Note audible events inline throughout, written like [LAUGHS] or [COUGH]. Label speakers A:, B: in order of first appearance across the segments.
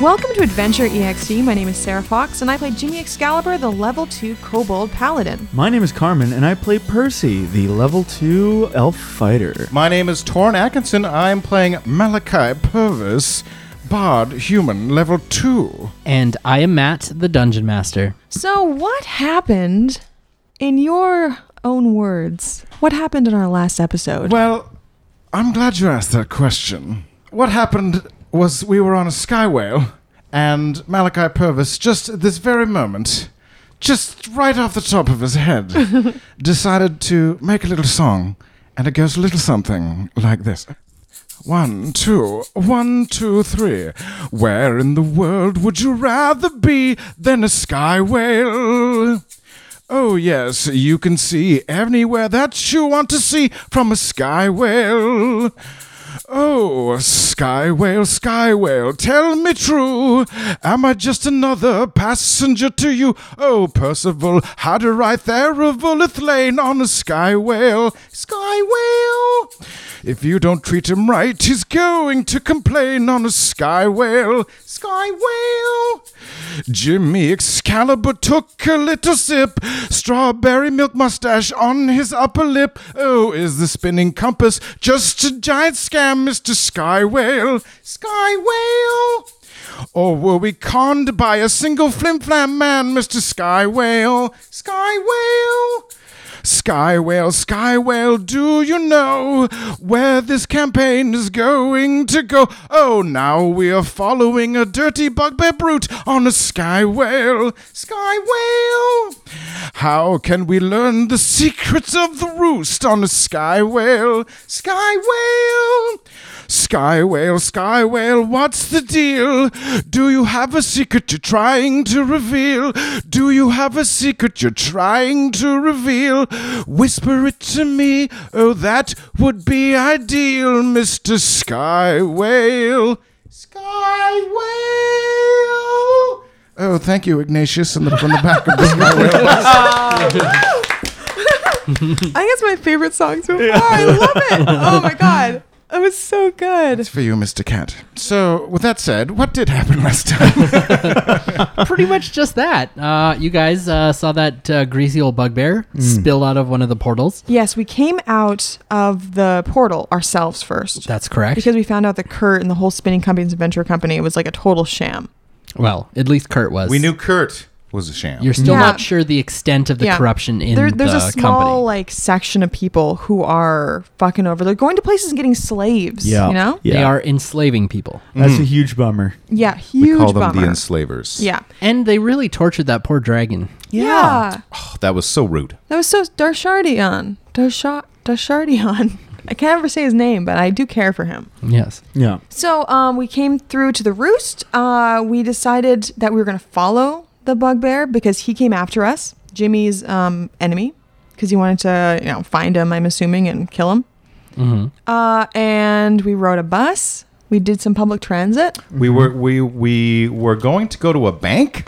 A: Welcome to Adventure EXD. My name is Sarah Fox, and I play Jimmy Excalibur, the level 2 Kobold Paladin.
B: My name is Carmen, and I play Percy, the level 2 elf fighter.
C: My name is Torn Atkinson. I'm playing Malachi Purvis, Bard Human Level 2.
D: And I am Matt, the Dungeon Master.
A: So, what happened, in your own words, what happened in our last episode?
C: Well, I'm glad you asked that question. What happened was we were on a sky whale, and Malachi Purvis, just at this very moment, just right off the top of his head, decided to make a little song, and it goes a little something like this. One, two, one, two, three. Where in the world would you rather be than a sky whale? Oh, yes, you can see anywhere that you want to see from a sky whale. Oh, sky whale, sky whale, tell me true. Am I just another passenger to you? Oh, Percival, how do I there of Bulleth Lane on a sky whale? Sky whale! If you don't treat him right, he's going to complain on a sky whale. Sky whale! Jimmy Excalibur took a little sip, strawberry milk mustache on his upper lip. Oh, is the spinning compass just a giant scam, Mr. Sky Whale? Sky Whale! Or were we conned by a single flimflam man, Mr. Sky Whale? Sky Whale! Sky Whale, Sky Whale, do you know where this campaign is going to go? Oh, now we are following a dirty bugbear brute on a Sky Whale. Sky Whale! How can we learn the secrets of the roost on a Sky Whale? Sky Whale! Sky Whale, Sky Whale, what's the deal? Do you have a secret you're trying to reveal? Do you have a secret you're trying to reveal? Whisper it to me, oh, that would be ideal, Mr. Sky Whale. Sky Whale! Oh, thank you, Ignatius, and the, from the back [LAUGHS] of the Sky Whale.
A: I think it's my favorite song so far. I love it. Oh my god. That was so good.
C: It's for you, Mr. Cat. So, with that said, what did happen last time?
D: Pretty much just that. Uh, you guys uh, saw that uh, greasy old bugbear spill out of one of the portals.
A: Yes, we came out of the portal ourselves first.
D: That's correct.
A: because we found out that Kurt and the whole Spinning Company's Adventure Company was like a total sham.
D: well, at least Kurt was.
C: We knew Kurt was a sham.
D: You're still
A: Yeah.
D: not sure the extent of the
A: Yeah.
D: corruption in
A: There- there's
D: the
A: a small uh,
D: company.
A: like section of people who are fucking over. They're going to places and getting slaves. you know.
B: yeah.
D: They are enslaving people.
B: That's a huge bummer.
A: Yeah, huge
C: we call them
A: bummer.
C: the enslavers.
A: yeah.
D: And they really tortured that poor dragon.
A: yeah,
C: Oh, [SIGHS] that was so rude.
A: That was so Darshardion. Darsha Darshardion. [LAUGHS] I can't ever say his name, but I do care for him.
D: Yes.
B: Yeah.
A: So um, we came through to the roost. Uh, we decided that we were going to follow the bugbear because he came after us, Jimmy's um, enemy, because he wanted to, you know, find him. I'm assuming and kill him.
D: Mm-hmm.
A: Uh, and we rode a bus. We did some public transit.
C: We were
A: Mm-hmm.
C: we we were going to go to a bank.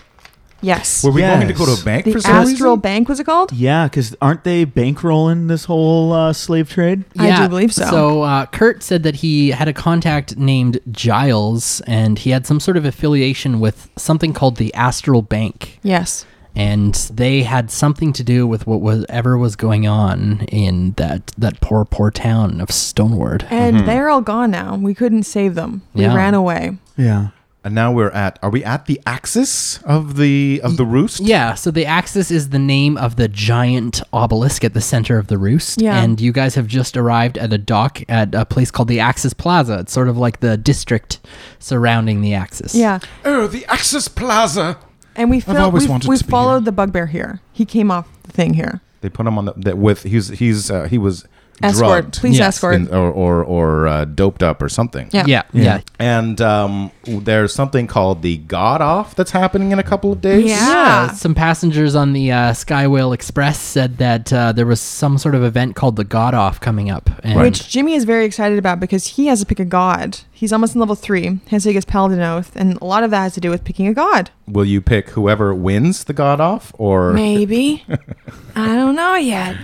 A: Yes.
C: Were we
B: Yes.
C: going to go to a bank
A: the
C: for some
A: Astral
C: reason?
A: Bank was it called?
B: Yeah, because aren't they bankrolling this whole uh, slave trade?
A: I do believe so.
D: So uh, Kurt said that he had a contact named Giles, and he had some sort of affiliation with something called the Astral Bank,
A: Yes.
D: and they had something to do with what was ever was going on in that that poor poor town of Stoneward.
A: And
C: Mm-hmm.
A: they're all gone now. We couldn't save them. We
D: Yeah.
A: ran away.
B: Yeah.
C: And now we're at are we at the axis of the of the roost?
D: Yeah, so the Axis is the name of the giant obelisk at the center of the roost.
A: Yeah.
D: And you guys have just arrived at a dock at a place called the Axis Plaza. It's sort of like the district surrounding the Axis.
A: Yeah.
C: Oh, the Axis Plaza.
A: And we felt
C: always
A: we
C: wanted
A: we
C: to be
A: followed
C: here.
A: the bugbear here. He came off the thing here.
C: They put him on the that with he's he's uh, he was
A: Escort.
C: drugged
A: Please
D: Yes.
A: escort.
C: in- or or, or uh, doped up or something.
A: Yeah.
D: Yeah. Yeah.
B: Yeah.
C: And um, there's something called the God Off that's happening in a couple of days.
A: Yeah.
D: Uh, some passengers on the uh, Sky Whale Express said that uh, there was some sort of event called the God Off coming up. And
C: Right.
A: Which Jimmy is very excited about because he has to pick a god. He's almost in level three. Hence he gets Paladin Oath, and a lot of that has to do with picking a god.
C: Will you pick whoever wins the God Off or [LAUGHS]
A: Maybe. I don't know yet.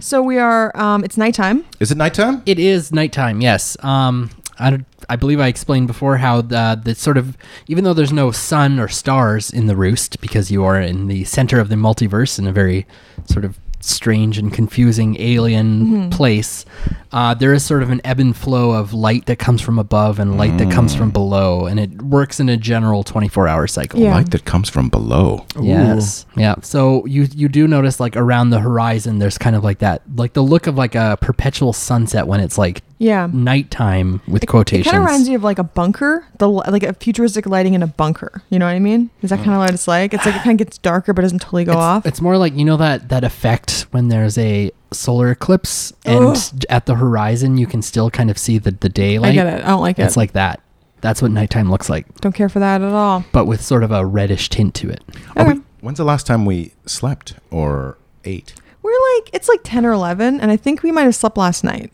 A: So we are. Um, it's nighttime.
C: is it nighttime?
D: it is nighttime, yes. Um, I, don't- I believe I explained before how the, the sort of, even though there's no sun or stars in the roost, because you are in the center of the multiverse in a very sort of strange and confusing alien place, uh, there is sort of an ebb and flow of light that comes from above and light that comes from below, and it works in a general 24 hour cycle.
A: Yeah.
E: Light that comes from below.
D: Yes. Yeah. So you you do notice like around the horizon there's kind of like that like the look of like a perpetual sunset when it's like
A: Yeah.
D: nighttime with
A: It
D: quotations.
A: kind of reminds you of like a bunker, the li- like a futuristic lighting in a bunker. You know what I mean? Is that kind of what it's like? It's like it kind of gets darker, but doesn't totally go
D: it's,
A: off.
D: It's more like you know that that effect when there's a solar eclipse and at the horizon you can still kind of see the the daylight.
A: I get it. I don't like it.
D: It's like that. That's what nighttime looks like,
A: don't care for that at all.
D: but with sort of a reddish tint to it.
E: Are we-
A: Okay.
E: when's the last time we slept or ate?
A: We're like it's like ten or eleven, and I think we might have slept last night.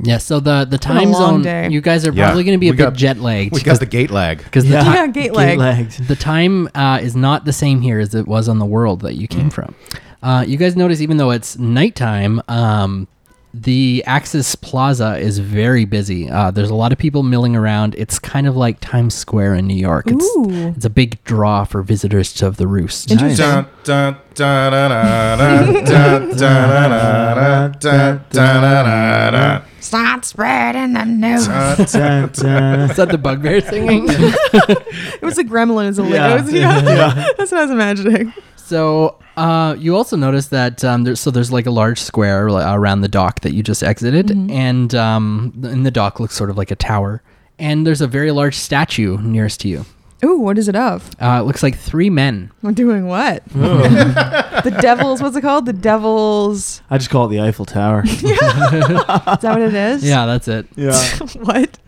D: Yeah. So the the
A: been a
D: time
A: long
D: zone
A: day.
D: you guys are
E: Yeah.
D: probably going to be a
E: We
D: bit
E: got-
D: jet lagged
E: We got the gate lag.
D: because the
A: You [LAUGHS]
D: ti-
A: got gate lag.
D: The time uh, is not the same here as it was on the world that you came from. Uh, you guys notice, even though it's nighttime, um, the Axis Plaza is very busy. Uh, there's a lot of people milling around. It's kind of like Times Square in New York. It's
A: Ooh.
D: it's a big draw for visitors to the roost.
A: Interesting.
C: Dun, dun, dun, dun, dun, dun, dun, dun, dun, dun, dun, dun,
A: Start spreading the news.
C: dun, dun.
D: [LAUGHS] Is that the bugbear singing?
A: It was a gremlin as a
B: Yeah.
A: yeah. yeah. [LAUGHS] That's what I was imagining.
D: So uh, you also notice that um, there's so there's like a large square li- around the dock that you just exited,
A: Mm-hmm.
D: and um, th- and the dock looks sort of like a tower. And there's a very large statue nearest to you.
A: Ooh, what is it of?
D: Uh, it looks like three men.
A: We're doing what? [LAUGHS] the devil's what's it called? The devil's
B: I just call it the Eiffel Tower.
A: is that what it is?
D: Yeah, that's it.
B: yeah.
A: [LAUGHS] what?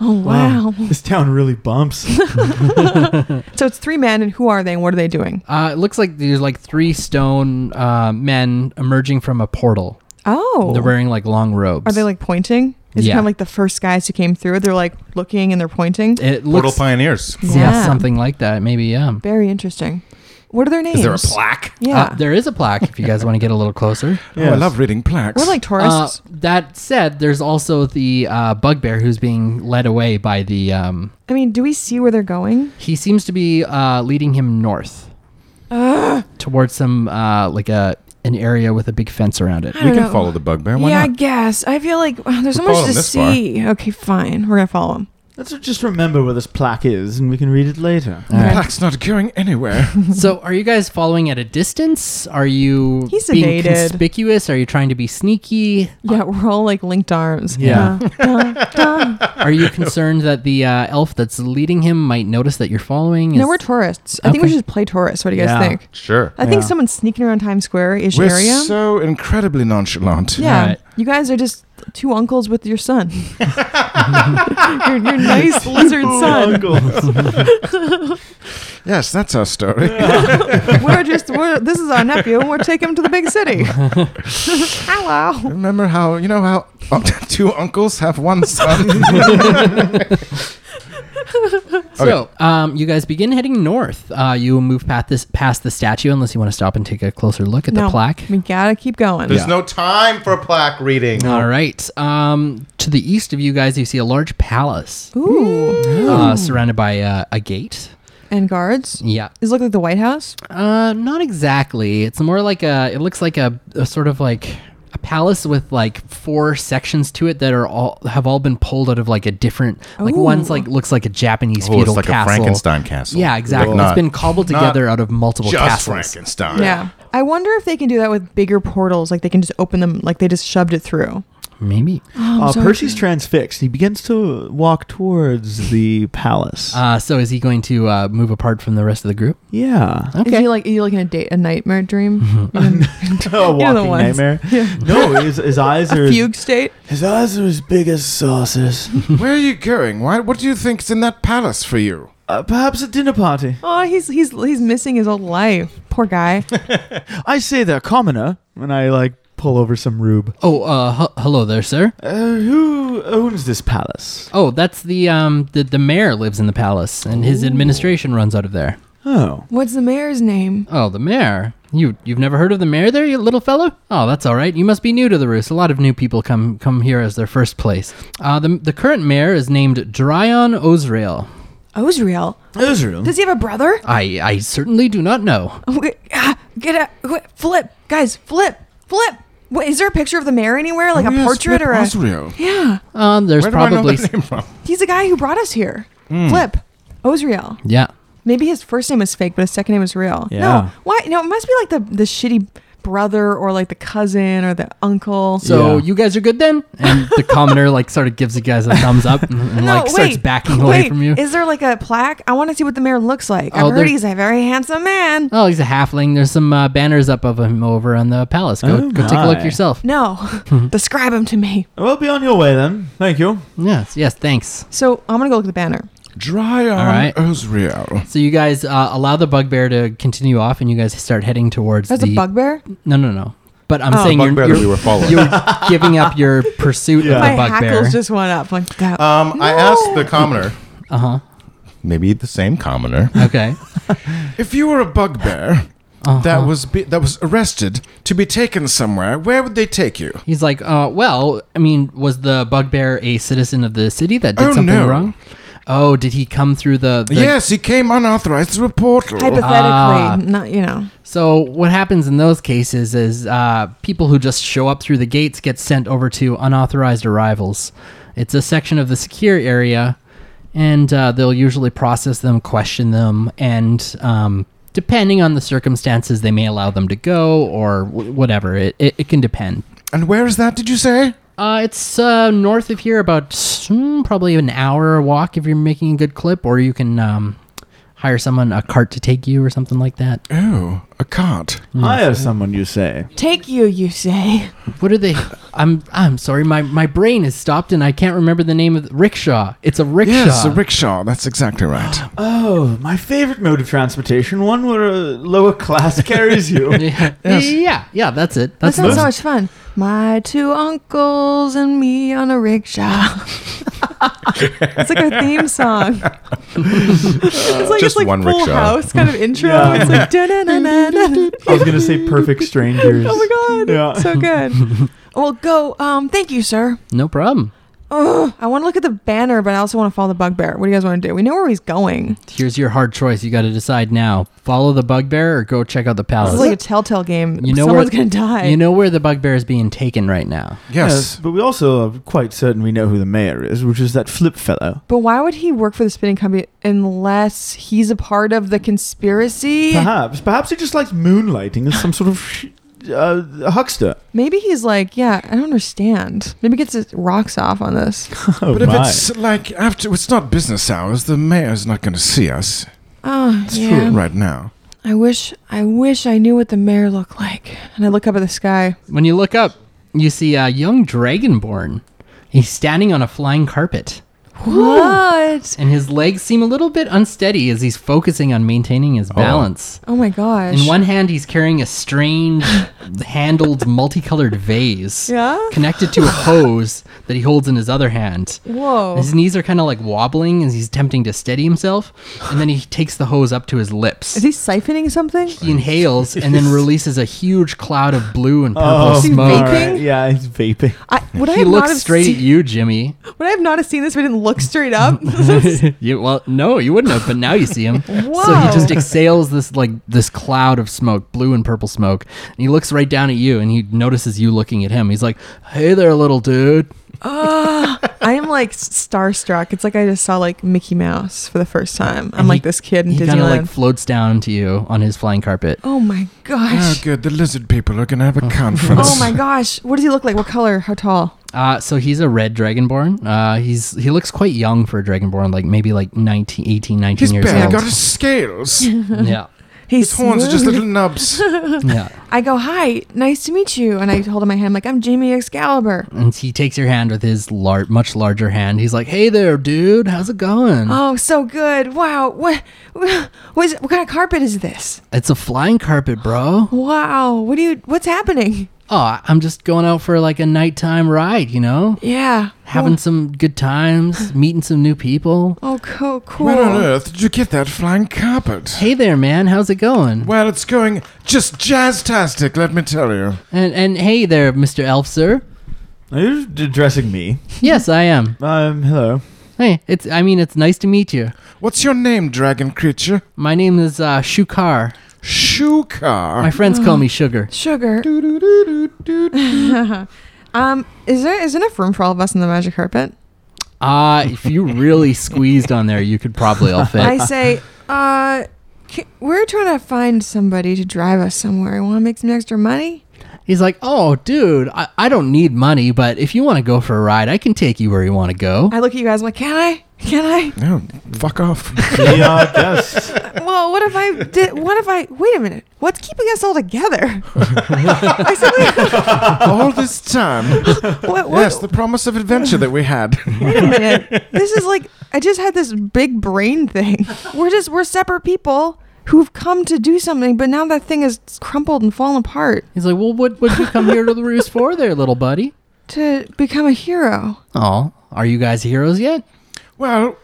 A: Oh wow.
B: This town really bumps.
A: So it's three men and who are they and what are they doing?
D: Uh, it looks like there's like three stone uh, men emerging from a portal.
A: Oh.
D: They're wearing like long robes.
A: Are they like pointing? It's
D: Yeah.
A: kind of like the first guys who came through. They're like looking and they're pointing.
D: It
E: Portal
D: looks
E: pioneers.
D: yeah. something like that. Maybe yeah.
A: Very interesting. What are their names?
E: Is there a plaque?
A: Yeah.
D: Uh, there is a plaque if you guys want to get a
A: [LAUGHS]
D: little closer.
C: Oh, I love reading plaques.
A: We're like
D: Uh,
A: tourists.
D: that said, there's also the uh, bugbear who's being led away by the. Um,
A: I mean, do we see where they're going?
D: he seems to be uh, leading
A: [GASPS]
D: him north towards some uh, like a an area with a big fence around
A: [LAUGHS]
D: it.
E: We
A: don't
E: can
A: know.
E: follow the bugbear. Why
A: yeah, I
E: not?
A: guess. I feel like uh, there's so
E: We'll
A: much
E: follow
A: to
E: him this far.
A: see. Okay, fine. We're gonna follow them.
B: Let's just remember where this plaque is, and we can read it later.
D: All right.
C: Plaque's not going [LAUGHS] anywhere.
D: So, are you guys following at a distance? Are you
A: He's
D: being
A: sedated.
D: conspicuous? Are you trying to be sneaky?
A: Yeah, we're all like linked arms.
B: Yeah.
A: Dun, dun, dun.
D: [LAUGHS] Are you concerned that the uh, elf that's leading him might notice that you're following?
A: no,
D: Is-
A: we're tourists. I think we
D: Okay.
A: should play tourists. What do you guys
B: Yeah.
A: think?
E: Sure.
A: I think
B: Yeah.
A: someone's sneaking around Times Square ish
C: We're
A: area.
C: so incredibly nonchalant.
A: yeah,
D: Right.
A: you guys are just two uncles with your son. your, your nice lizard son.
C: Yes, that's our story.
A: We're just we're, this is our nephew, and we're taking him to the big
D: [LAUGHS]
A: city. Hello.
C: [LAUGHS] Remember how you know how uh, [LAUGHS] two uncles have one [LAUGHS] son?
D: So, um, you guys begin heading north. Uh, you move past this past the statue, unless you want to stop and take a closer look at the plaque.
A: We gotta keep going.
E: There's no time for
C: Oh,
E: plaque reading.
D: All right. Um, to the east of you guys, you see a large palace
A: Ooh.
D: uh, surrounded by uh, a gate.
A: And guards.
D: Yeah.
A: Does it look like the White House?
D: Uh, not exactly. It's more like a. It looks like a, a sort of like a palace with like four sections to it that are all have all been pulled out of like a different like one's
A: Ooh.
D: like looks like a Japanese
E: Oh,
D: feudal
E: it's like
D: castle.
E: a Frankenstein castle.
D: Yeah, exactly.
E: Like not
D: it's been cobbled
E: not
D: together out of multiple
E: just
D: castles.
C: Oh,
E: Frankenstein.
A: Yeah. I wonder if they can do that with bigger portals. Like they can just open them, like they just shoved it through.
D: Maybe.
B: Uh,
A: so
B: Percy's transfixed. He begins to walk towards the palace.
D: Uh, so is he going to uh, move apart from the rest of the group?
B: yeah.
A: Is he like, are you like in a, date, a nightmare
D: [LAUGHS]
A: dream?
B: [LAUGHS] a walking
A: ones.
B: nightmare. No, his, his eyes are
A: [LAUGHS] a fugue state?
B: his eyes are as big as saucers.
C: [LAUGHS] Where are you going? Why? What do you think's in that palace for you?
B: [LAUGHS] uh, perhaps a dinner party.
A: Oh, he's he's he's missing his old life. Poor guy.
B: I say they're commoner, and I like pull over some rube.
D: Oh, uh, h- hello there, sir.
B: Uh, who owns this palace?
D: Oh, that's the um the, the mayor lives in the palace and his administration runs out of there.
B: Oh.
A: What's the mayor's name?
D: Oh, the mayor. You you've never heard of the mayor there, you little fellow? Oh, that's all right. You must be new to the roost. A lot of new people come come here as their first place. Uh, the the current mayor is named Dryon Ozrael.
A: Osriel.
B: Israel.
A: Does he have a brother?
D: I I certainly do not know.
C: Oh.
A: Okay, ah, Get out. Wait, Flip. Guys, flip. Flip. What, is there a picture of the mayor anywhere? Like
C: Oh,
A: a
C: yes,
A: portrait
C: Flip
A: or a. [LAUGHS]
C: Osrio.
A: Yeah.
D: Um, there's
C: Where do I know
D: probably s-
C: that name
D: [LAUGHS]
C: from?
A: He's the guy who brought us here.
D: Hmm.
A: Flip. Osriel.
D: yeah.
A: Maybe his first name is fake, but his second name is real.
B: Yeah.
A: No. Why? No, it must be like the, the shitty brother or like the cousin or the uncle.
D: So
B: Yeah.
D: you guys are good then? And the commoner like sort of gives you guys a thumbs up and, and, like starts backing away
A: wait,
D: from you.
A: Is there like a plaque? I want to see what the mayor looks like.
D: Oh,
A: I've heard
D: there-
A: he's a very handsome man.
D: oh, he's a halfling. There's some uh, banners up of him over on the palace. Go
B: Oh
D: go take a
B: my.
D: look yourself. [LAUGHS]
A: No, describe him to me.
B: Well, be on your way then. Thank you.
D: Yes, yes, thanks.
A: So I'm gonna go look at the banner.
C: Dry on
D: right.
C: Osrio.
D: So you guys uh, allow the bugbear to continue off, and you guys start heading towards
A: That's
D: the
A: a bugbear.
D: No, no, no. But I'm
A: Oh.
D: saying you're,
E: Bugbear that
D: you're,
E: we were following.
D: [LAUGHS] you're giving up your pursuit
B: Yeah.
D: of
A: My
D: the bugbear.
A: hackles just went up. Like that.
E: Um, I
A: No.
E: asked the commoner,
D: uh huh.
E: maybe the same commoner,
D: Okay.
C: [LAUGHS] If you were a bugbear
D: Uh-huh.
C: that was be- that was arrested to be taken somewhere, where would they take you?
D: He's like, uh, well, I mean, was the bugbear a citizen of the city that did
C: Oh,
D: something
C: no.
D: wrong? Oh, did he come through the, the
C: yes, he came unauthorized through a portal.
A: Hypothetically, not you know.
D: So what happens in those cases is uh, people who just show up through the gates get sent over to unauthorized arrivals. It's a section of the secure area, and uh, they'll usually process them, question them, and um, depending on the circumstances, they may allow them to go or w- whatever. It, it, it can depend.
C: and where is that? Did you say?
D: Uh, it's uh, north of here, about mm, probably an hour walk if you're making a good clip, or you can um, hire someone a cart to take you or something like that.
C: Oh, a cart.
B: Hire someone, you say.
A: Take you, you say.
D: What are they? I'm I'm sorry. My my brain is stopped and I can't remember the name of the rickshaw. It's a rickshaw.
C: Yes, a rickshaw. That's exactly
D: [GASPS]
C: right.
B: Oh, my favorite mode of transportation, one where a lower [LAUGHS] class carries you.
D: [LAUGHS] yeah,
A: [LAUGHS]
D: yeah, yeah. That's it.
A: That
D: That's
A: sounds
D: the-
A: so much fun. My two uncles and me on a rickshaw. [LAUGHS] it's like a theme song. it's like
E: Just
A: it's like
E: one
A: Full
E: rickshaw.
A: House kind of intro.
B: Yeah.
A: It's like da-na-na-na-na.
B: I was gonna say perfect
A: [LAUGHS]
B: strangers.
A: Oh my god.
B: Yeah.
A: So good. well, go. Um, thank you, sir.
D: no problem.
A: Ugh, I want to look at the banner, but I also want to follow the bugbear. What do you guys want to do? We know where he's going.
D: Here's your hard choice. You got to decide now. Follow the bugbear or go check out the
A: This
D: palace.
A: is like a telltale game.
D: you know
A: Someone's
D: where
A: gonna die.
D: You know where the bugbear is being taken right now.
C: Yes.
B: but we also are quite certain we know who the mayor is, which is that flip fellow.
A: But why would he work for the spinning company unless he's a part of the conspiracy?
D: Uh-huh.
B: Perhaps, perhaps he just likes moonlighting as some sort of sh- uh, huckster.
A: Maybe he's like, yeah, I don't understand. Maybe he gets his rocks off on this.
B: [LAUGHS] Oh
C: but if it's like after, it's not business hours. The mayor's not going to see us
A: Oh,
B: It's
A: yeah.
B: true.
C: right now.
A: I wish, I wish I knew what the mayor looked like. And I look up at the sky.
D: When you look up, you see a young dragonborn. He's standing on a flying carpet,
A: What?
D: and his legs seem a little bit unsteady as he's focusing on maintaining his balance.
A: Oh my gosh.
D: In one hand, he's carrying
A: [LAUGHS]
D: a strange, handled, multicolored vase
A: Yeah?
D: connected to a hose that he holds in his other hand.
A: Whoa.
D: His knees are kind of like wobbling as he's attempting to steady himself, and then he takes the hose up to his lips.
A: Is he siphoning something?
D: He inhales and then releases a huge cloud of blue and purple
A: Oh, Is he
D: smoke.
A: vaping?
B: Yeah, he's Oh, vaping.
A: I, would I
D: He
A: have not
D: looks
A: have
D: straight at
A: seen, [LAUGHS]
D: you, Jimmy.
A: Would I have not have seen this if I didn't look straight
D: [LAUGHS]
A: up?
D: You, well, no, you wouldn't have, but now you see him. So he
A: Whoa.
D: just exhales this like this cloud of smoke, blue and purple smoke, and he looks right down at you, and he notices you looking at him. He's like, "Hey there, little dude."
A: I am Ah, like starstruck. It's like I just saw like Mickey Mouse for the first time. I'm
D: And
A: like
D: he-
A: this kid in
D: He kind of like
A: Disneyland.
D: floats down to you on his flying carpet.
A: oh my
C: Oh,
A: gosh.
C: good. The lizard people are going to have a conference.
A: Oh [LAUGHS] my gosh. What does he look like? What color? How tall?
D: Uh, so he's a red dragonborn. Uh, he's he looks quite young for a dragonborn, like maybe like 19, 18, 19
C: He's
D: years
C: barely
D: old.
C: got
A: [LAUGHS]
C: his [LAUGHS] scales. His
D: [LAUGHS] yeah,
A: He's
C: horns are just
A: smooth. [LAUGHS]
C: little nubs.
D: yeah.
A: I go, hi, nice to meet you. And I hold him my hand, I'm like, I'm Jamie Excalibur.
D: And he takes your hand with his lar- much larger hand. He's like, "Hey there, dude. How's it
C: Mm.
D: going?"
A: Oh, so good. Wow. What, what, is, what kind of carpet is this?
D: It's a flying carpet, bro.
A: Wow. What do you, what's happening?
D: oh, I'm just going out for like a nighttime ride, you know?
A: Yeah.
D: Having some good times, meeting some new people.
A: Oh, co- cool.
C: Where on earth did you get that flying carpet?
D: Hey there, man. How's it going?
C: Well, it's going just jazz-tastic, let me tell you.
D: And and hey there, Mr. Elf, sir.
B: Are you addressing me?
D: Yes, I am.
B: Um, hello.
D: Hey, it's. I mean, it's nice to meet you.
C: What's your name, dragon creature?
D: My name is uh, Shukar. My
A: Ah.
C: [LAUGHS] Shukar.
D: friends
A: [GASPS]
D: call me Sugar.
A: Sugar. [LAUGHS] um, is there is there enough room for all of us in the magic carpet?
D: Uh, if you
A: [LAUGHS]
D: really squeezed on there, you could probably all fit.
A: I
B: [LAUGHS]
A: say, uh, ca we're trying to find somebody to drive us somewhere. Want to make some extra money?
D: He's like, oh, dude, I, I don't need money, but if you want to go for a ride, I can take you where you want to go.
A: I look at you guys. I'm like, can I? Can I?
C: No, Oh, fuck off.
B: The [LAUGHS] uh, guest.
A: Well, what if I did? What if I? Wait a minute. What's keeping us all
B: [LAUGHS]
A: together? I said,
C: All this time.
A: wait, what, what,
C: Yes, the promise of adventure that we had.
A: wait a
B: [LAUGHS]
A: minute. This is like I just had this big brain thing. We're just we're separate people who've come to do something, but now that thing is crumpled and fallen apart.
D: He's like, well, what would you come here to the roost for, there,
A: [LAUGHS]
D: little buddy?
A: To become a hero.
D: Oh, are you guys heroes yet?
C: Well,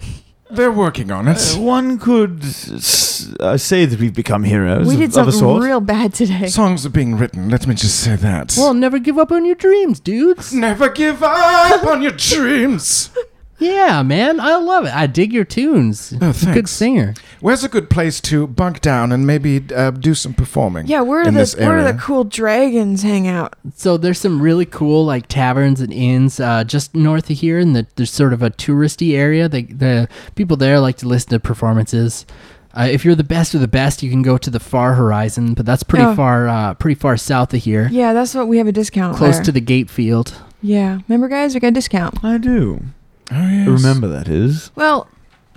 C: they're working on
D: Oh,
C: it.
B: One could s- uh, say that we've become heroes
A: We
B: of,
A: did
B: of a
A: something
B: sort.
A: real bad today.
C: Songs are being written, let me just say that.
D: Well, never give up on your dreams, dudes.
C: Never give up on your dreams.
D: Yeah, man, I love it. I dig your tunes.
C: Oh,
D: You're a Good
C: thanks.
D: singer.
C: Where's a good place to bunk down and maybe uh, do some performing?
A: Yeah, where do
C: in
A: the
C: this
A: where do
C: area?
A: the cool dragons hang out?
D: So there's some really cool like taverns and inns uh, just north of here, and the, there's sort of a touristy area. The, the people there like to listen to performances. Uh, if you're the best of the best, you can go to the far horizon, but that's pretty
A: Oh.
D: far, uh, pretty far south of here,
A: Yeah, that's what we have a discount.
D: close
A: there.
D: to the gate field.
A: Yeah, remember guys, we got a discount.
B: I do.
C: Oh, yes.
B: Remember that is.
A: Well,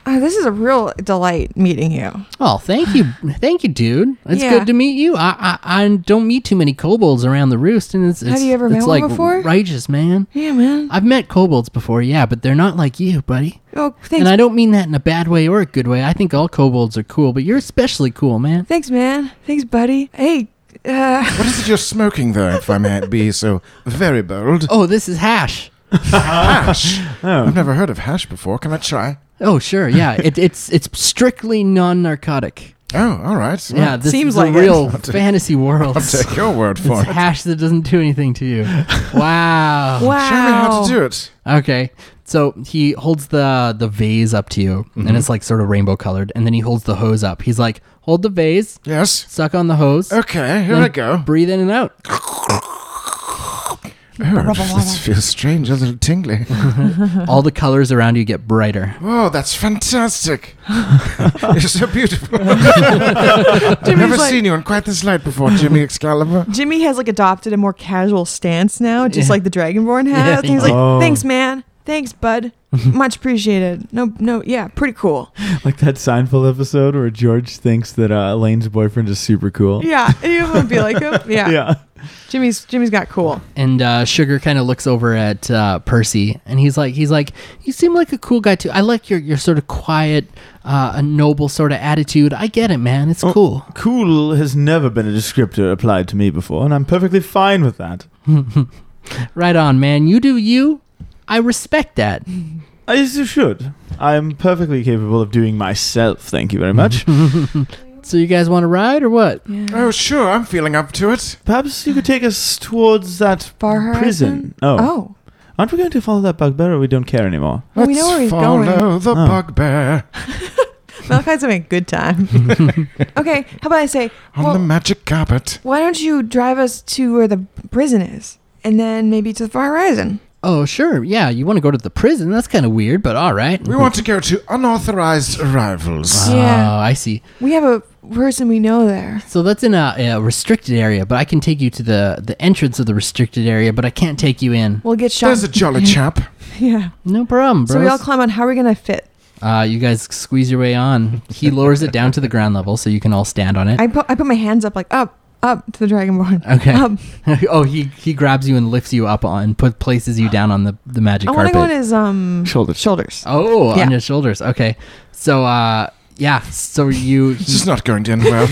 A: uh, this is a real delight meeting you.
D: Oh, thank you, [SIGHS] thank you, dude. It's
A: Yeah.
D: good to meet you. I, I I don't meet too many kobolds around the roost, and it's, it's
A: Have you ever met
D: it's
A: one
D: like
A: before?
D: Righteous man.
A: Yeah, man.
D: I've met kobolds before, yeah, but they're not like you, buddy.
A: Oh, thanks.
D: And I don't mean that in a bad way or a good way. I think all kobolds are cool, but you're especially cool, man.
A: thanks, man. Thanks, buddy. Hey, uh,
C: What is it you're smoking, though, if I may be so very
D: [LAUGHS]
C: bold?
D: Oh, this is hash.
C: Hash.
B: Oh.
C: I've never heard of hash before. Can I try?
D: Oh, sure, yeah. it, [LAUGHS] it's it's strictly non-narcotic.
C: Oh, all right. Well,
D: Yeah, this
A: Seems
D: is
A: like it.
D: a real fantasy world.
C: I'll
D: It's
C: take your word for it.
D: hash that doesn't do anything
C: [LAUGHS]
D: to you. Wow.
A: wow.
C: [LAUGHS] Show me how to do it.
D: Okay. So he holds the the vase up to you,
C: Mm-hmm.
D: and it's like sort of rainbow colored. And then he holds the hose up. He's like, hold the vase,
C: Yes.
D: suck on the hose,
C: Okay, here
D: Then
C: I go.
D: breathe in and out.
C: Oh, this feels strange, a little tingly.
D: All the colors around you get brighter.
C: Oh, that's
A: [LAUGHS]
C: fantastic. You're so beautiful. I've
A: Jimmy's
C: never
A: like-
C: seen you in quite this light before, Jimmy Excalibur.
A: Jimmy has like adopted a more casual stance now, just
D: Yeah.
A: like the Dragonborn
D: Yeah,
A: has.
D: he
A: He's like,
C: Oh.
B: did.
A: thanks, man. Thanks,
C: [LAUGHS]
A: bud. Much appreciated. No, no, yeah, pretty cool.
B: Like that Seinfeld episode where George thinks that uh, Elaine's boyfriend is super cool.
A: Yeah, [LAUGHS] and you would be like him. Yeah.
B: Yeah.
A: Jimmy's Jimmy's got cool.
D: And uh, Sugar kind of looks over at uh, Percy, and he's like, he's like, you seem like a cool guy too. I like your your sort of quiet, uh, a noble sort of attitude. I get it, man. It's
B: Oh.
D: cool.
B: Cool has never been a descriptor applied to me before, and I'm perfectly fine with that.
D: Right on, man. You do you. I respect that.
B: As you should. I'm perfectly capable of doing myself, thank you very [LAUGHS] much.
D: So you guys want to ride or what?
A: Yeah.
C: Oh, sure, I'm feeling up to it.
B: Perhaps you could take us towards that
A: Far horizon.
B: prison. Oh.
A: Oh,
B: Aren't we going to follow that bugbear or we don't care anymore?
A: Well, we know where he's
C: follow
A: going.
C: the
B: Oh.
C: bugbear
A: [LAUGHS] Malachi's having a good time.
B: [LAUGHS]
A: okay, how about I say,
C: on
A: well,
C: the magic carpet.
A: why don't you drive us to where the prison is, and then maybe to the far horizon?
D: Oh, sure. Yeah, you want to go to the prison? That's kind of weird, but all right.
C: We want to go to unauthorized arrivals.
A: Yeah.
D: [LAUGHS] Oh, I see.
A: We have a person we know there.
D: So that's in a, a restricted area, but I can take you to the the entrance of the restricted area, but I can't take you in.
A: We'll get shot.
C: There's a jolly chap.
A: [LAUGHS] yeah.
D: No problem, bro.
A: So we all climb on. How are we gonna fit?
D: Uh, you guys squeeze your way on.
C: [LAUGHS]
D: He lowers it down to the ground level so you can all stand on it.
A: I put I put my hands up like up up to the dragonborn.
B: [LAUGHS]
D: Okay.
A: Up.
D: [LAUGHS] oh, he he grabs you and lifts you up on, put places you down on the the magic
A: I want to
D: carpet.
A: go on his um
B: Shoulders.
A: shoulders.
D: oh,
A: Yeah.
D: on your shoulders. Okay. So uh, yeah. So
A: [LAUGHS]
C: [LAUGHS]
D: you.
C: This is not going to end well.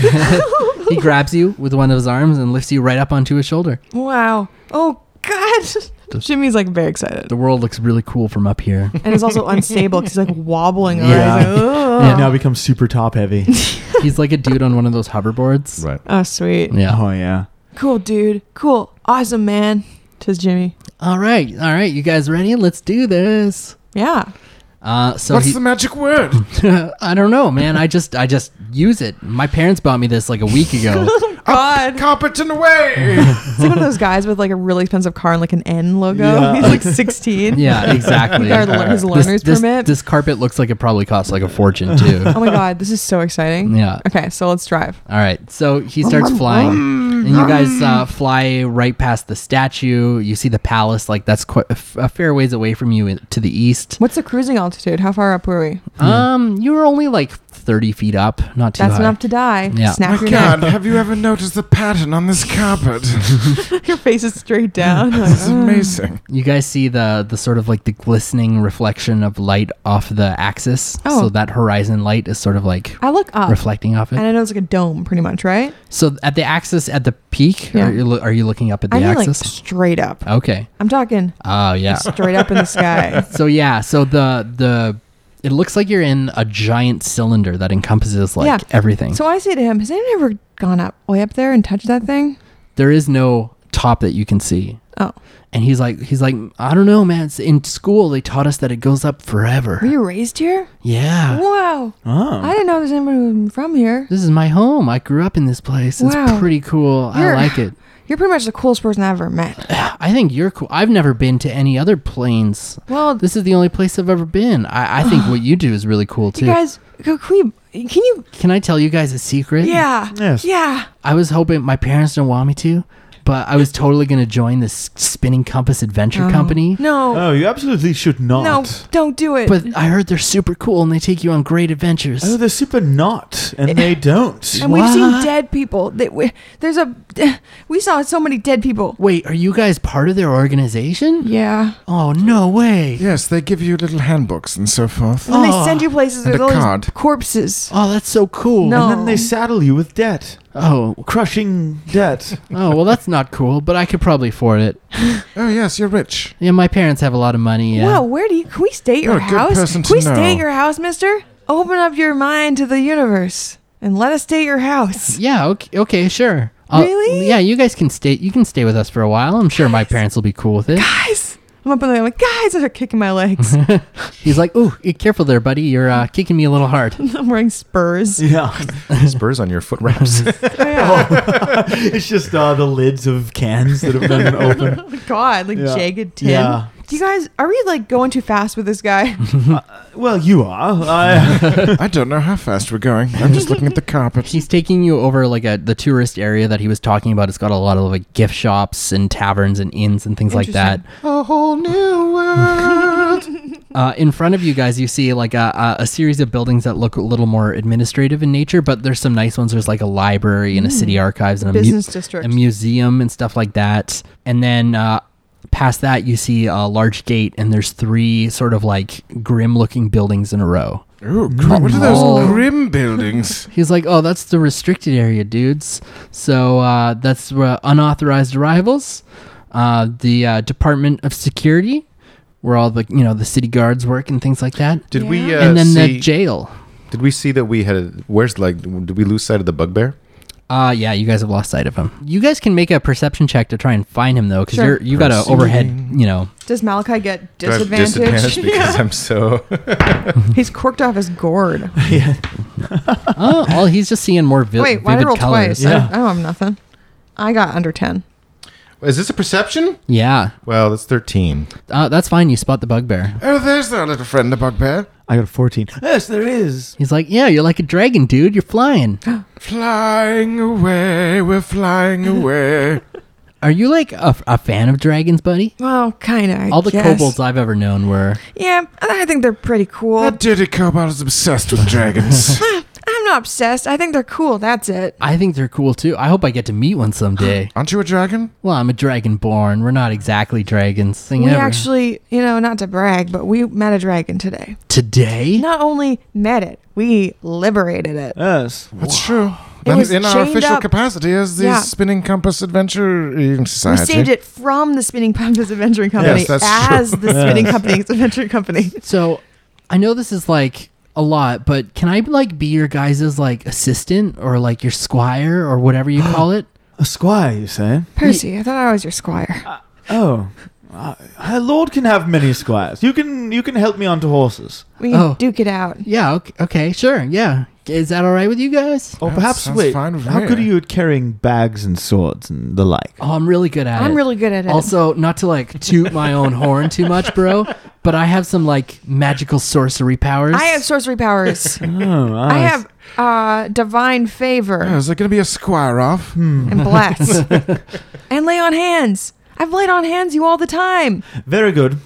D: [LAUGHS] He grabs you with one of his arms and lifts you right up onto his shoulder.
A: Wow. Oh God. Jimmy's like very excited,
D: The world looks really cool from
C: [LAUGHS]
D: up here.
A: and is also unstable because he's like wobbling. around.
B: Yeah.
A: He's like, "Ugh."
B: And it now becomes super top
A: [LAUGHS]
B: heavy.
D: He's like a dude on one of those hoverboards.
E: Right.
A: Oh sweet.
D: Yeah.
B: Oh yeah.
A: Cool dude. Cool. Awesome man. Says Jimmy.
D: All right. All right. You guys ready? Let's do this.
A: [LAUGHS] Yeah.
D: Uh, so
C: What's
D: he,
C: the magic word?
A: [LAUGHS]
D: [LAUGHS] I don't know, man. I just, I just use it. My parents bought me this like a
A: [LAUGHS]
D: week ago.
A: Oh, God. [LAUGHS]
C: Carpeton away!
A: It's like one of those guys with like a really expensive car and like an N logo. [LAUGHS]
B: Yeah.
A: He's like 16.
D: yeah,
A: [LAUGHS]
D: exactly.
A: Got our- his
D: This-
A: learner's
D: this,
A: permit.
D: This carpet looks like it probably costs like a fortune too.
A: [LAUGHS] Oh my God. This is so exciting.
D: yeah.
A: Okay. So let's drive.
D: All right. So he starts flying,
C: Mm.
D: and you guys uh, fly right past the statue. You see the palace, like that's quite a, f- a fair ways away from you in, to the east.
A: What's the cruising altitude? How far up were we?
D: Um, you were only like thirty feet up, not too
A: That's
D: high.
A: enough to die.
D: Yeah. Oh
A: [LAUGHS] Snap your
C: God,
A: neck.
C: have you ever noticed the pattern on this carpet?
A: [LAUGHS] Your face is straight
D: [LAUGHS]
A: down. Like, [LAUGHS]
C: It's amazing.
D: you guys see the the sort of like the glistening reflection of light off the axis.
A: Oh.
D: So that horizon light is sort of like
A: I look up
D: reflecting off it.
A: and Oh. I know it's like a dome pretty much, right?
D: so at the axis at the peak,
A: Yeah.
D: are, you lo- are you looking up at the
A: I mean like
D: axis?
A: straight up.
D: okay.
A: I'm talking
D: Oh yeah.
A: straight up in the sky.
D: [LAUGHS] so yeah, so the the it looks like you're in a giant cylinder that encompasses like
A: Yeah.
D: everything.
A: So I say to him, has anyone ever gone up way up there and touched that thing?
D: there is no top that you can see.
A: Oh.
D: And he's like he's like I don't know, man. It's- in school they taught us that it goes up forever.
A: Were you raised here?
D: Yeah.
A: Wow.
B: Oh.
A: I didn't know there's anyone from here.
D: This is my home. I grew up in this place. It's
A: Wow.
D: pretty cool.
A: You're-
D: I like it. [SIGHS]
A: You're pretty much the coolest person I've ever met.
D: I think you're cool. I've never been to any other planes.
A: Well,
D: This is the only place I've ever been. I,
A: [SIGHS]
D: I think what you do is really cool too.
A: you guys, can we, can you?
D: Can I tell you guys a secret?
A: Yeah.
B: Yes.
A: Yeah.
D: I was hoping my parents don't want me to, but I was totally gonna join this spinning compass adventure company.
A: No.
B: Oh, you absolutely should not.
C: Uh,
A: no. Don't do it.
D: But I heard they're super cool and they take you on great adventures.
B: Oh, they're super not, and
A: [LAUGHS]
B: they don't.
A: and we've seen
D: What?
A: dead people. That we, there's a. [LAUGHS] We saw so many dead people.
D: Wait, are you guys part of their organization?
A: Yeah.
D: Oh no way!
C: Yes, they give you little handbooks and so forth.
A: And they
D: Oh.
A: send you places
C: Ah, And
A: with
C: a
A: all these
C: card.
A: corpses.
D: Oh, that's so cool.
A: No.
B: And then they saddle you with debt,
D: Oh,
B: crushing
A: [LAUGHS]
B: debt.
D: oh well, that's not cool. But I could probably afford it.
C: Oh, yes, you're rich.
D: Yeah, my parents have a lot of money. Yeah.
A: Wow, where do you? Can we stay at your
C: You're a good
A: house?
C: person
A: can we
C: to
A: stay at
C: know.
A: your house, Mister? Open up your mind to the universe and let us stay at your house.
D: Yeah. Okay. Okay. Sure. I'll-
A: Really?
D: Yeah. You guys can stay. You can stay with us for a while. I'm sure my parents will be cool with it.
A: Guys, I'm up in there. I'm like, guys, I start kicking my
C: [LAUGHS]
A: legs. [LAUGHS]
D: He's like, "Ooh, be careful there, buddy. You're uh, kicking me a little
C: [LAUGHS]
D: hard."
A: I'm wearing spurs.
B: Yeah,
E: [LAUGHS]
B: [LAUGHS]
E: Spurs on your foot wraps.
A: Yeah.
B: it's just uh, the lids of cans that
A: [LAUGHS]
B: have been open.
A: God, like
B: Yeah.
A: jagged tin.
B: Yeah.
A: Do you guys are we like going too fast with this guy?
B: Well, you are. I,
C: [LAUGHS] I don't know how fast we're going. I'm just looking at the carpet.
D: He's taking you over like a the tourist area that he was talking about. It's got a lot of like gift shops and taverns and inns and things like that.
C: A whole new world.
D: [LAUGHS] Uh, in front of you guys, you see like a, a, a series of buildings that look a little more administrative in nature, but there's some nice ones. There's like a library and a
C: Hmm.
D: city archives and a mu-
A: Business district.
D: a museum and stuff like that. And then uh, past that, you see a large gate, and there's three sort of like grim looking buildings in a row. [LAUGHS]
C: Ooh, gr- what are
A: Oh.
C: those grim buildings?
D: He's like, "Oh, that's the restricted area, dudes. So uh, that's uh, unauthorized arrivals, uh, the uh, Department of Security, where all the you know the city guards work and things like that,
E: Did we?
A: Yeah.
E: Uh,
D: and then
E: see,
D: the jail.
E: did we see that we had? Where's like? Did we lose sight of the bugbear?
D: Uh yeah, you guys have lost sight of him. You guys can make a perception check to try and find him though, because
A: Sure.
D: you're you got to overhead. You know,
A: Does Malachi get
E: Do I have
A: disadvantaged? [LAUGHS]
D: [LAUGHS]
E: disadvantage because I'm so. [LAUGHS]
A: He's corked off his gourd.
D: oh, well, he's just seeing more vi-
A: Wait, why did I
D: vivid
A: roll
D: colors.
A: twice?
B: Yeah.
A: I, I don't have nothing. I got under ten.
E: Is this a perception?
D: Yeah,
E: Well, that's thirteen.
D: uh, that's fine. You spot the bugbear.
C: Oh, there's our little friend, the bugbear.
B: [LAUGHS] I got a fourteen. Yes, there is.
D: He's like, yeah, you're like a dragon, dude. You're flying. [GASPS]
C: Flying away, we're flying
D: [LAUGHS]
C: away.
D: Are you like a, a fan of dragons, buddy?
A: Well, kind of.
D: All the
A: guess.
D: kobolds I've ever known were.
A: Yeah, I think they're pretty cool.
C: that dirty cobalt is obsessed
E: [LAUGHS]
C: with dragons.
A: I'm not obsessed. I think they're cool. That's it.
D: I think they're cool too. I hope I get to meet
A: [GASPS]
D: one someday.
C: Aren't you a dragon?
D: well, I'm a dragon born. We're not exactly dragons. Thing
A: We
D: ever.
A: actually, you know, not to brag, but we met a dragon today.
D: today.
A: Not only met it, we liberated it.
B: Yes.
C: That's true.
A: It was
C: in our
A: chained
C: official
A: up.
C: capacity as the
A: Yeah.
C: Spinning Compass Adventure uh,
A: We
C: Society.
A: saved it from the Spinning [LAUGHS] Compass Adventuring Company
C: Yes, that's true.
A: as the Spinning Company's Adventuring Company.
D: So I know this is like a lot, but can I like be your guys' like assistant or like your squire or
A: [GASPS]
D: whatever you call it?
B: A squire, you say?
A: Percy, I thought I was your squire.
B: Oh, uh, a lord can have many squires. You can you can help me onto horses,
A: We can
D: Oh.
A: duke it out.
D: Yeah. Okay, okay. Sure. Yeah. Is that all right with you guys?
B: or
C: That
B: perhaps
C: sounds
B: wait.
C: fine with
B: how
C: me.
B: good are you at carrying bags and swords and the like?
D: Oh, I'm really good at it.
A: I'm really good at it.
D: Also, not to like toot my own horn too much, bro, but I have some like magical sorcery powers.
A: I have sorcery
D: [LAUGHS]
A: powers.
B: Oh,
A: I have uh, divine
C: Yeah,
A: favor
C: is there going to be a squire off?
A: and
D: [LAUGHS]
A: bless and lay on hands. I've laid on hands you all the
D: [LAUGHS]
A: time.
B: very good.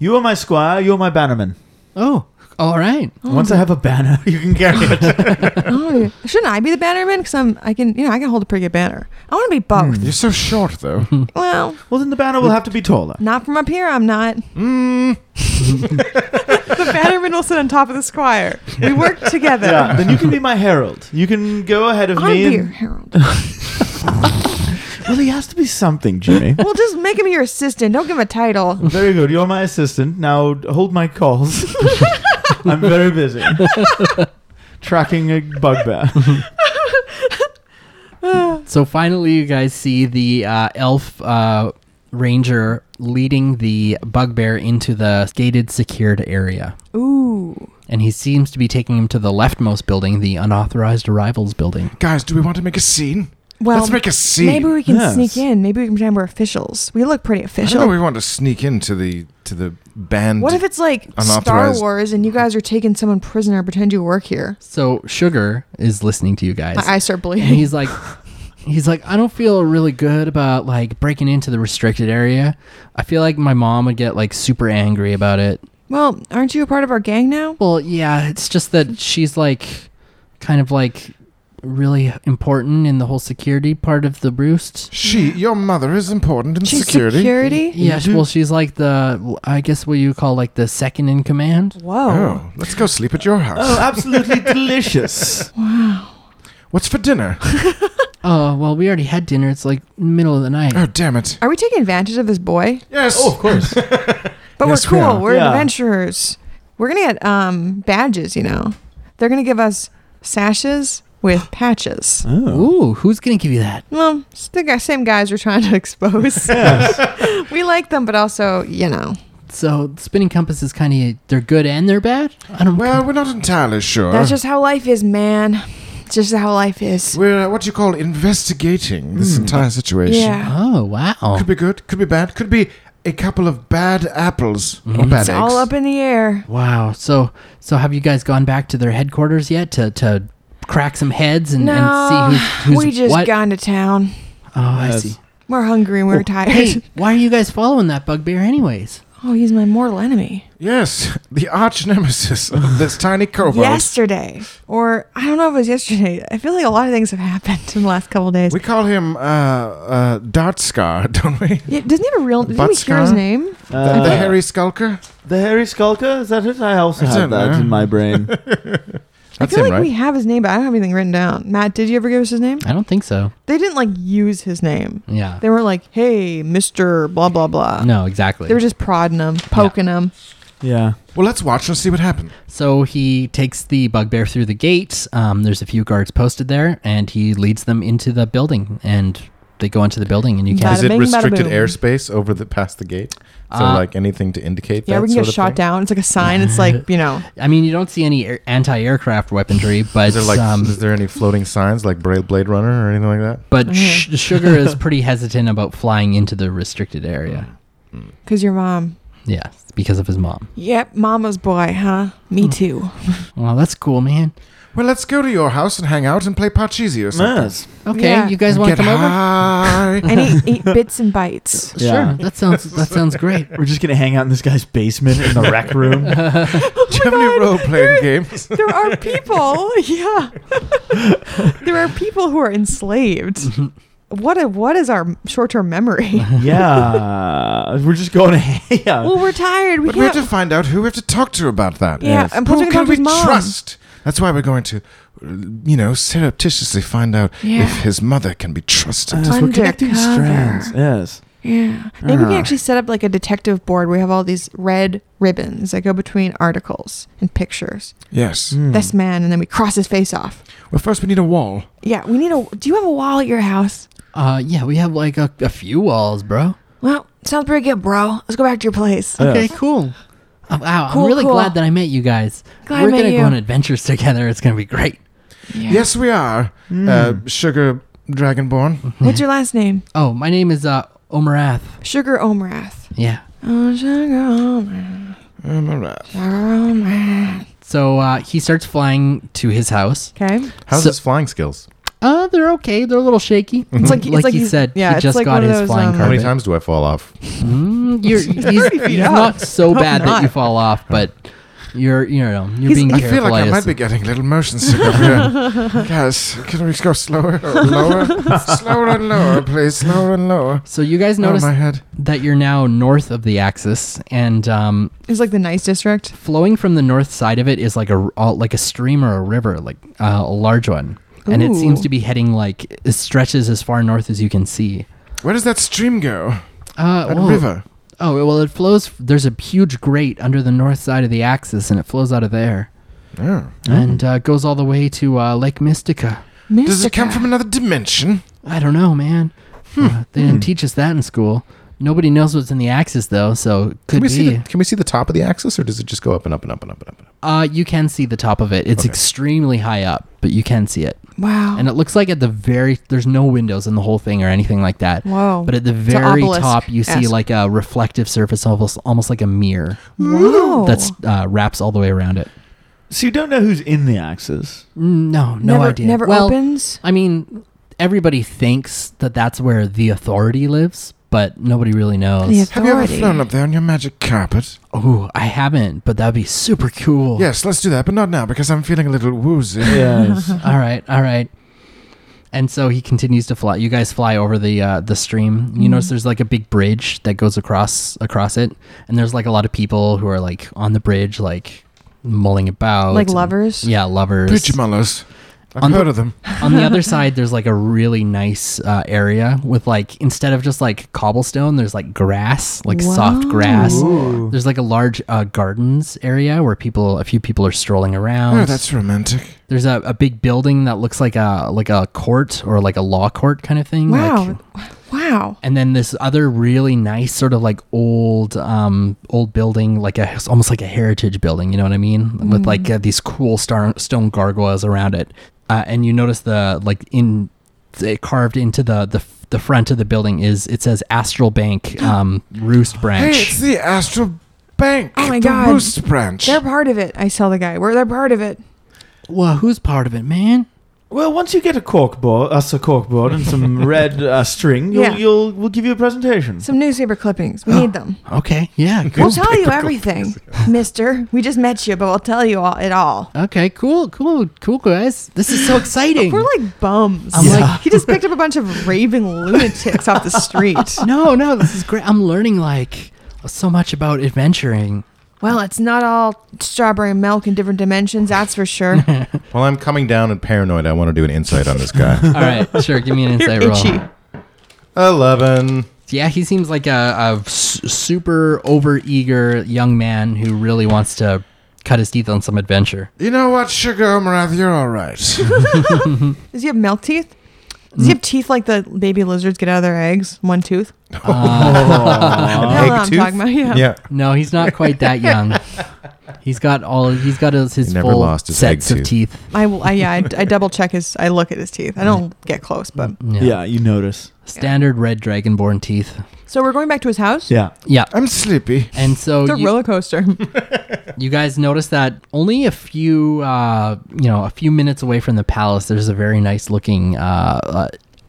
B: You are my squire. You are my bannerman.
D: Oh, all right.
B: Once I have a banner, [LAUGHS] you can carry it.
A: Oh, shouldn't I be the bannerman? Because I'm, I can, you know, I can hold a pretty good banner. I want to be both.
D: Hmm.
C: You're so short, though.
A: Hmm. Well,
B: well, then the banner will have to be taller.
A: not from up here. I'm not.
C: mm,
A: The bannerman will sit on top of the squire. We work together.
B: Yeah, then you can be my herald. You can go ahead of
A: I'll
B: me.
A: be your
B: And,
A: herald.
B: well, he has to be something, Jimmy.
A: Well, just make him your assistant. Don't give him a title.
B: Very good. You're my assistant. Now hold my calls. [LAUGHS] I'm very busy. Tracking a
C: [LAUGHS]
B: bugbear.
D: So finally, you guys see the uh, elf uh, ranger leading the bugbear into the gated, secured area.
A: Ooh.
D: And he seems to be taking him to the leftmost building, the unauthorized arrivals building.
C: guys, do we want to make a scene?
A: Well,
C: Let's make a scene.
A: maybe we can
B: Yes.
A: sneak in. Maybe we can pretend we're officials. We look pretty
C: I don't know.
A: official.
C: We want to sneak into the to the band.
A: What if it's like Star
C: Unauthorized.
A: Wars and you guys are taking someone prisoner, pretend you work here?
D: So Sugar is listening to you guys.
A: My eyes start
D: and
A: bleeding.
D: he's like [LAUGHS] he's like i don't feel really good about like breaking into the restricted area i feel like my mom would get like super angry about it
A: Well, aren't you a part of our gang now?
D: well yeah it's just that she's like kind of like really important in the whole security part of the roost
C: she, your mother, is important in
A: She's
C: security?
A: security?
D: yeah well she's like the i guess what you call like the second in command
A: Whoa.
C: Oh, let's go sleep at your house.
B: Oh,
C: [LAUGHS]
B: absolutely delicious.
C: What's for dinner?
D: oh well we already had dinner it's like middle of the night
C: oh, damn it!
A: Are we taking advantage of this boy?
C: Yes.
A: Oh,
B: course.
A: But
C: Yes,
A: we're
C: we
A: cool.
C: are.
A: we're
B: Yeah.
A: adventurers. We're gonna get um badges, you know. They're gonna give us sashes
D: [GASPS]
A: with patches.
B: Oh.
D: ooh who's gonna give you that
A: Well, it's the guy, same guys we're trying to [LAUGHS]
D: [LAUGHS]
A: expose. [LAUGHS] we like them, but also, you know,
D: so spinning compass is kind of they're good and they're bad i don't
C: Well, we're not entirely sure.
A: that's just how life is, man. It's just how life is.
C: we're uh, what you call investigating this entire situation.
A: Hmm. Yeah.
D: oh wow
C: Could be good. Could be bad. Could be a couple of bad apples or
E: Mm-hmm.
C: bad
A: It's
C: eggs.
A: all up in the air.
D: Wow. So so have you guys gone back to their headquarters yet to to crack some heads and,
A: No,
D: and see who's, who's
A: we just
D: what?
A: got into town.
D: Oh, I
B: Yes.
D: see.
A: We're hungry and we're
D: Oh,
A: tired.
D: Hey, why are you guys following that bugbear anyways?
A: [LAUGHS] Oh, he's my mortal enemy.
C: Yes, [LAUGHS] the arch nemesis
E: [LAUGHS]
C: of this tiny [LAUGHS] kobold.
A: Yesterday, or I don't know if it was yesterday. I feel like a lot of things have [LAUGHS] happened in the last couple of days.
C: We call him uh, uh, Dart Scar, [LAUGHS] don't we?
A: yeah, doesn't he have a real? Didn't we hear his
C: Butskar?
A: name?
C: The-
B: Uh,
C: the hairy skulker?
B: the hairy skulker? Is that it? I also
C: I
B: have
C: don't
B: that
C: know.
B: in my
C: [LAUGHS]
B: brain.
A: I
C: That's
A: feel
C: him,
A: like
C: right?
A: we have his name, but I don't have anything written down. Matt, did you ever give us his name?
D: I don't think so.
A: They didn't like use his name.
D: Yeah.
A: They were like, "Hey, Mister Blah blah blah."
D: no, exactly.
A: They were just prodding him, poking him.
B: Yeah.
C: Well, let's watch and see what happened.
D: so he takes the bugbear through the gate. Um, there's a few guards posted there, and he leads them into the building, and they go into the building, and you
A: Bada
D: can.
E: Is it
A: bing, bada
E: restricted
A: boom.
E: airspace over the past the gate? So
D: Uh,
E: like anything to indicate
A: Yeah,
E: that
A: we can
E: sort
A: get
E: of
A: shot
E: thing?
A: down. It's like a sign. It's like you
C: [LAUGHS]
A: know,
D: I mean, you don't see any air, anti-aircraft [LAUGHS] weaponry, but
E: Is there like
D: um,
E: is there any floating signs like Braille Blade Runner or anything like that?
D: but sh- sugar is pretty hesitant about flying into the restricted area.
A: cause your mom.
D: Yeah, because of his mom.
A: Yep, mama's boy, huh? Me
C: Mm.
A: too.
C: [LAUGHS]
D: Well, that's cool, man.
C: Well, let's go to your house and hang out and play Parcheesi or something.
B: Yes.
D: Okay,
A: Yeah.
D: you guys want to
C: Get
D: come over?
A: [LAUGHS]
C: high.
A: And he ate bits and bites.
B: Yeah.
D: Sure. That sounds that sounds great.
B: We're just going to hang out in this guy's basement in the rec room.
C: [LAUGHS] Do
A: Oh
C: you have any role playing games?
A: There
C: [LAUGHS]
A: are people, yeah. [LAUGHS] there are people who are enslaved.
C: [LAUGHS]
A: What a, what is our short term memory?
B: yeah. We're just going to [LAUGHS] hang out. Uh,
A: well, we're tired. We
C: But we have
A: can't.
C: to find out who we have to talk to about that.
A: yeah,
B: Yes.
A: and plus
C: Who
A: we can talk
C: can
A: to
C: we
A: his mom.
C: trust That's why we're going to, you know, surreptitiously find out
A: Yeah.
C: if his mother can be trusted.
A: Uh, we're connecting Undercover. strands.
B: Yes.
A: Yeah. Maybe we
C: Uh-huh.
B: Ah.
A: can actually set up like a detective board where we have all these red ribbons that go between articles and pictures.
C: yes.
B: Hmm.
A: This man, and then we cross his face off.
C: Well, first we need a wall.
A: Yeah, we need a. Do you have a wall at your house?
D: Uh, yeah, we have like a, a few walls, bro.
A: Well, sounds pretty good, bro. Let's go back to your place.
C: Uh,
D: Okay, cool. Oh, wow,
A: Cool,
D: I'm really
A: cool.
D: glad that I met you guys.
A: Glad I
D: We're
A: met
D: gonna
A: you.
D: go on adventures together. It's gonna be great.
A: Yeah. Hmm.
C: Yes, we are. Uh, sugar Dragonborn.
A: What's your last name?
D: Oh, my name is uh, Omarath.
A: Sugar Omrath.
D: Yeah.
A: Oh, Sugar Omrath.
C: Um, all right.
A: Sugar Omrath.
D: So uh, he starts flying to his house.
A: Okay.
E: How's
D: So-
E: his flying skills?
D: Uh, they're okay. They're a little shaky.
A: It's like- it's
D: like,
A: like
D: he
A: he's-
D: said,
A: yeah,
D: he
A: it's
D: just
A: like
D: got
A: one of
D: his
A: those,
D: flying
A: um,
D: carpet.
E: How many times do I fall off?
D: Mm, you're, he's
A: feet
D: he's
A: up.
D: not so
A: Hope
D: bad that you
A: not.
D: fall off, but you're you know you're
A: He's-
D: being
C: I
D: careful.
C: feel like I
D: guess.
C: might be getting a little motion sick over
A: [LAUGHS]
C: here. Guys, can we go slower or lower? slower and lower, please. Slower and lower.
D: So you guys
C: Notice
D: notice
C: Oh, my head.
D: that you're now north of the axis, and um,
A: It's like the nice district.
D: flowing from the north side of it is like a uh, like a stream or a river, like uh, a large one, and it seems
A: Ooh.
D: to be heading like it stretches as far north as you can see.
C: Where does that stream go?
D: Uh,
C: That
D: well,
C: river.
D: Oh well, it flows. There's a huge grate under the north side of the axis, and it flows out of there
C: Oh.
D: and uh, goes all the way to uh, Lake Mystica.
C: Does it come from another dimension?
D: I don't know, man.
E: Hmm.
D: Uh, they didn't teach us that in school. Nobody knows what's in the axis though, so it
E: Can
D: could
E: we,
D: be.
E: see the, can we see the top of the axis, or does it just go up and up and up and up and up? And up?
D: uh, you can see the top of it. It's extremely high up, but you can see it,
A: Wow.
D: and it looks like at the very there's no windows in the whole thing or anything like that.
A: Whoa.
D: But at the
A: a
D: very
A: obelisk-esque.
D: top, you see like a reflective surface, almost almost like a mirror
A: Whoa.
D: that's uh, wraps all the way around it.
B: So you don't know who's in the
C: [LAUGHS]
B: axis.
D: Mm, No, no
A: never,
D: idea.
A: Never
D: well,
A: opens.
D: I mean, everybody thinks that that's where the authority lives, but nobody really knows.
A: The
C: Have you ever
A: Authority.
C: flown up there on your magic carpet?
D: Oh, I haven't, but that'd be super cool.
E: Oh.
C: Yes, let's do that, but not now because I'm feeling a little woozy.
B: Yes.
D: All right, all right. And so he continues to fly. You guys fly over the uh, the stream. You
C: Mm-hmm.
D: notice there's like a big bridge that goes across across it, and there's like a lot of people who are like on the bridge, like mulling about,
A: Like
D: and-
A: lovers?
D: oh, Yeah, lovers.
C: Preachy mullers. I've
D: On the-
C: heard of them.
D: on the other side there's like a really nice uh, area with like instead of just like cobblestone there's like grass like soft
A: Wow.
D: grass
B: Ooh.
D: there's like a large uh, gardens area where people a few people are strolling around
C: Oh, that's romantic.
D: there's a, a big building that looks like a like a court or like a law court kind of thing
A: Wow.
D: like,
A: wow.
D: and then this other really nice sort of like old um old building like a it's almost like a heritage building you know what i mean with like
A: Mm.
D: uh, these cool star- stone gargoyles around it uh, and you notice the like in it carved into the the the front of the building is it says
A: [GASPS]
D: Astral Bank um, Roost Branch.
C: Hey, it's the Astral Bank.
A: Oh my
C: the
A: God.
C: Roost branch.
A: They're part of it. I tell the guy. We're they're part of it.
D: well, who's part of it, man?
B: Well, once you get a corkboard, us a corkboard
A: [LAUGHS]
B: and some red uh, string, you'll,
A: Yeah.
B: you'll we'll give you a presentation. [LAUGHS]
A: Some newspaper clippings.
D: [GASPS]
A: We need them.
D: Okay, yeah, cool.
A: We'll
C: [LAUGHS]
A: tell you everything, Mister. We just met you, but we'll tell you all it all.
D: okay, cool, cool, cool, guys.
A: [LAUGHS]
D: This is so exciting.
A: We're like bums.
D: I'm like-
A: he just picked up a bunch of raven lunatics off
D: [LAUGHS]
A: the street.
D: no, no, this is great. I'm learning like so much about adventuring.
A: Well, it's not all strawberry milk in different dimensions. That's for sure.
E: Well, I'm coming down and paranoid. I want to do an insight on this guy.
D: All right, sure. Give me [LAUGHS] an
A: You're
D: insight
A: itchy.
D: roll.
E: Eleven.
D: Yeah, he seems like a, a s- super over eager young man who really wants to cut his teeth on some [LAUGHS] adventure.
C: you know what, Sugar Omarath, you're all right.
A: Does he have milk teeth? Does he have teeth like the baby lizards get out of their eggs? One tooth.
B: Oh.
A: I don't know what
E: egg
A: I'm
E: tooth?
A: talking about. Yeah.
E: [LAUGHS] Yeah.
D: Uh, No, he's not quite that young. He's got all. He's got his, his
E: He never
D: full
E: lost his egg
D: sets of teeth.
A: I, will- I yeah. I, I double check his. I look at his teeth. I don't get close, but
D: Yeah.
B: yeah, you notice.
D: Standard red dragonborn teeth.
A: so we're going back to his house.
B: Yeah.
D: Yeah.
C: I'm sleepy.
D: And so
A: It's a
D: Oh, you,
A: roller coaster. [LAUGHS]
D: you guys notice that only a few, uh, you know, a few minutes away from the palace, there's a very nice looking uh, uh,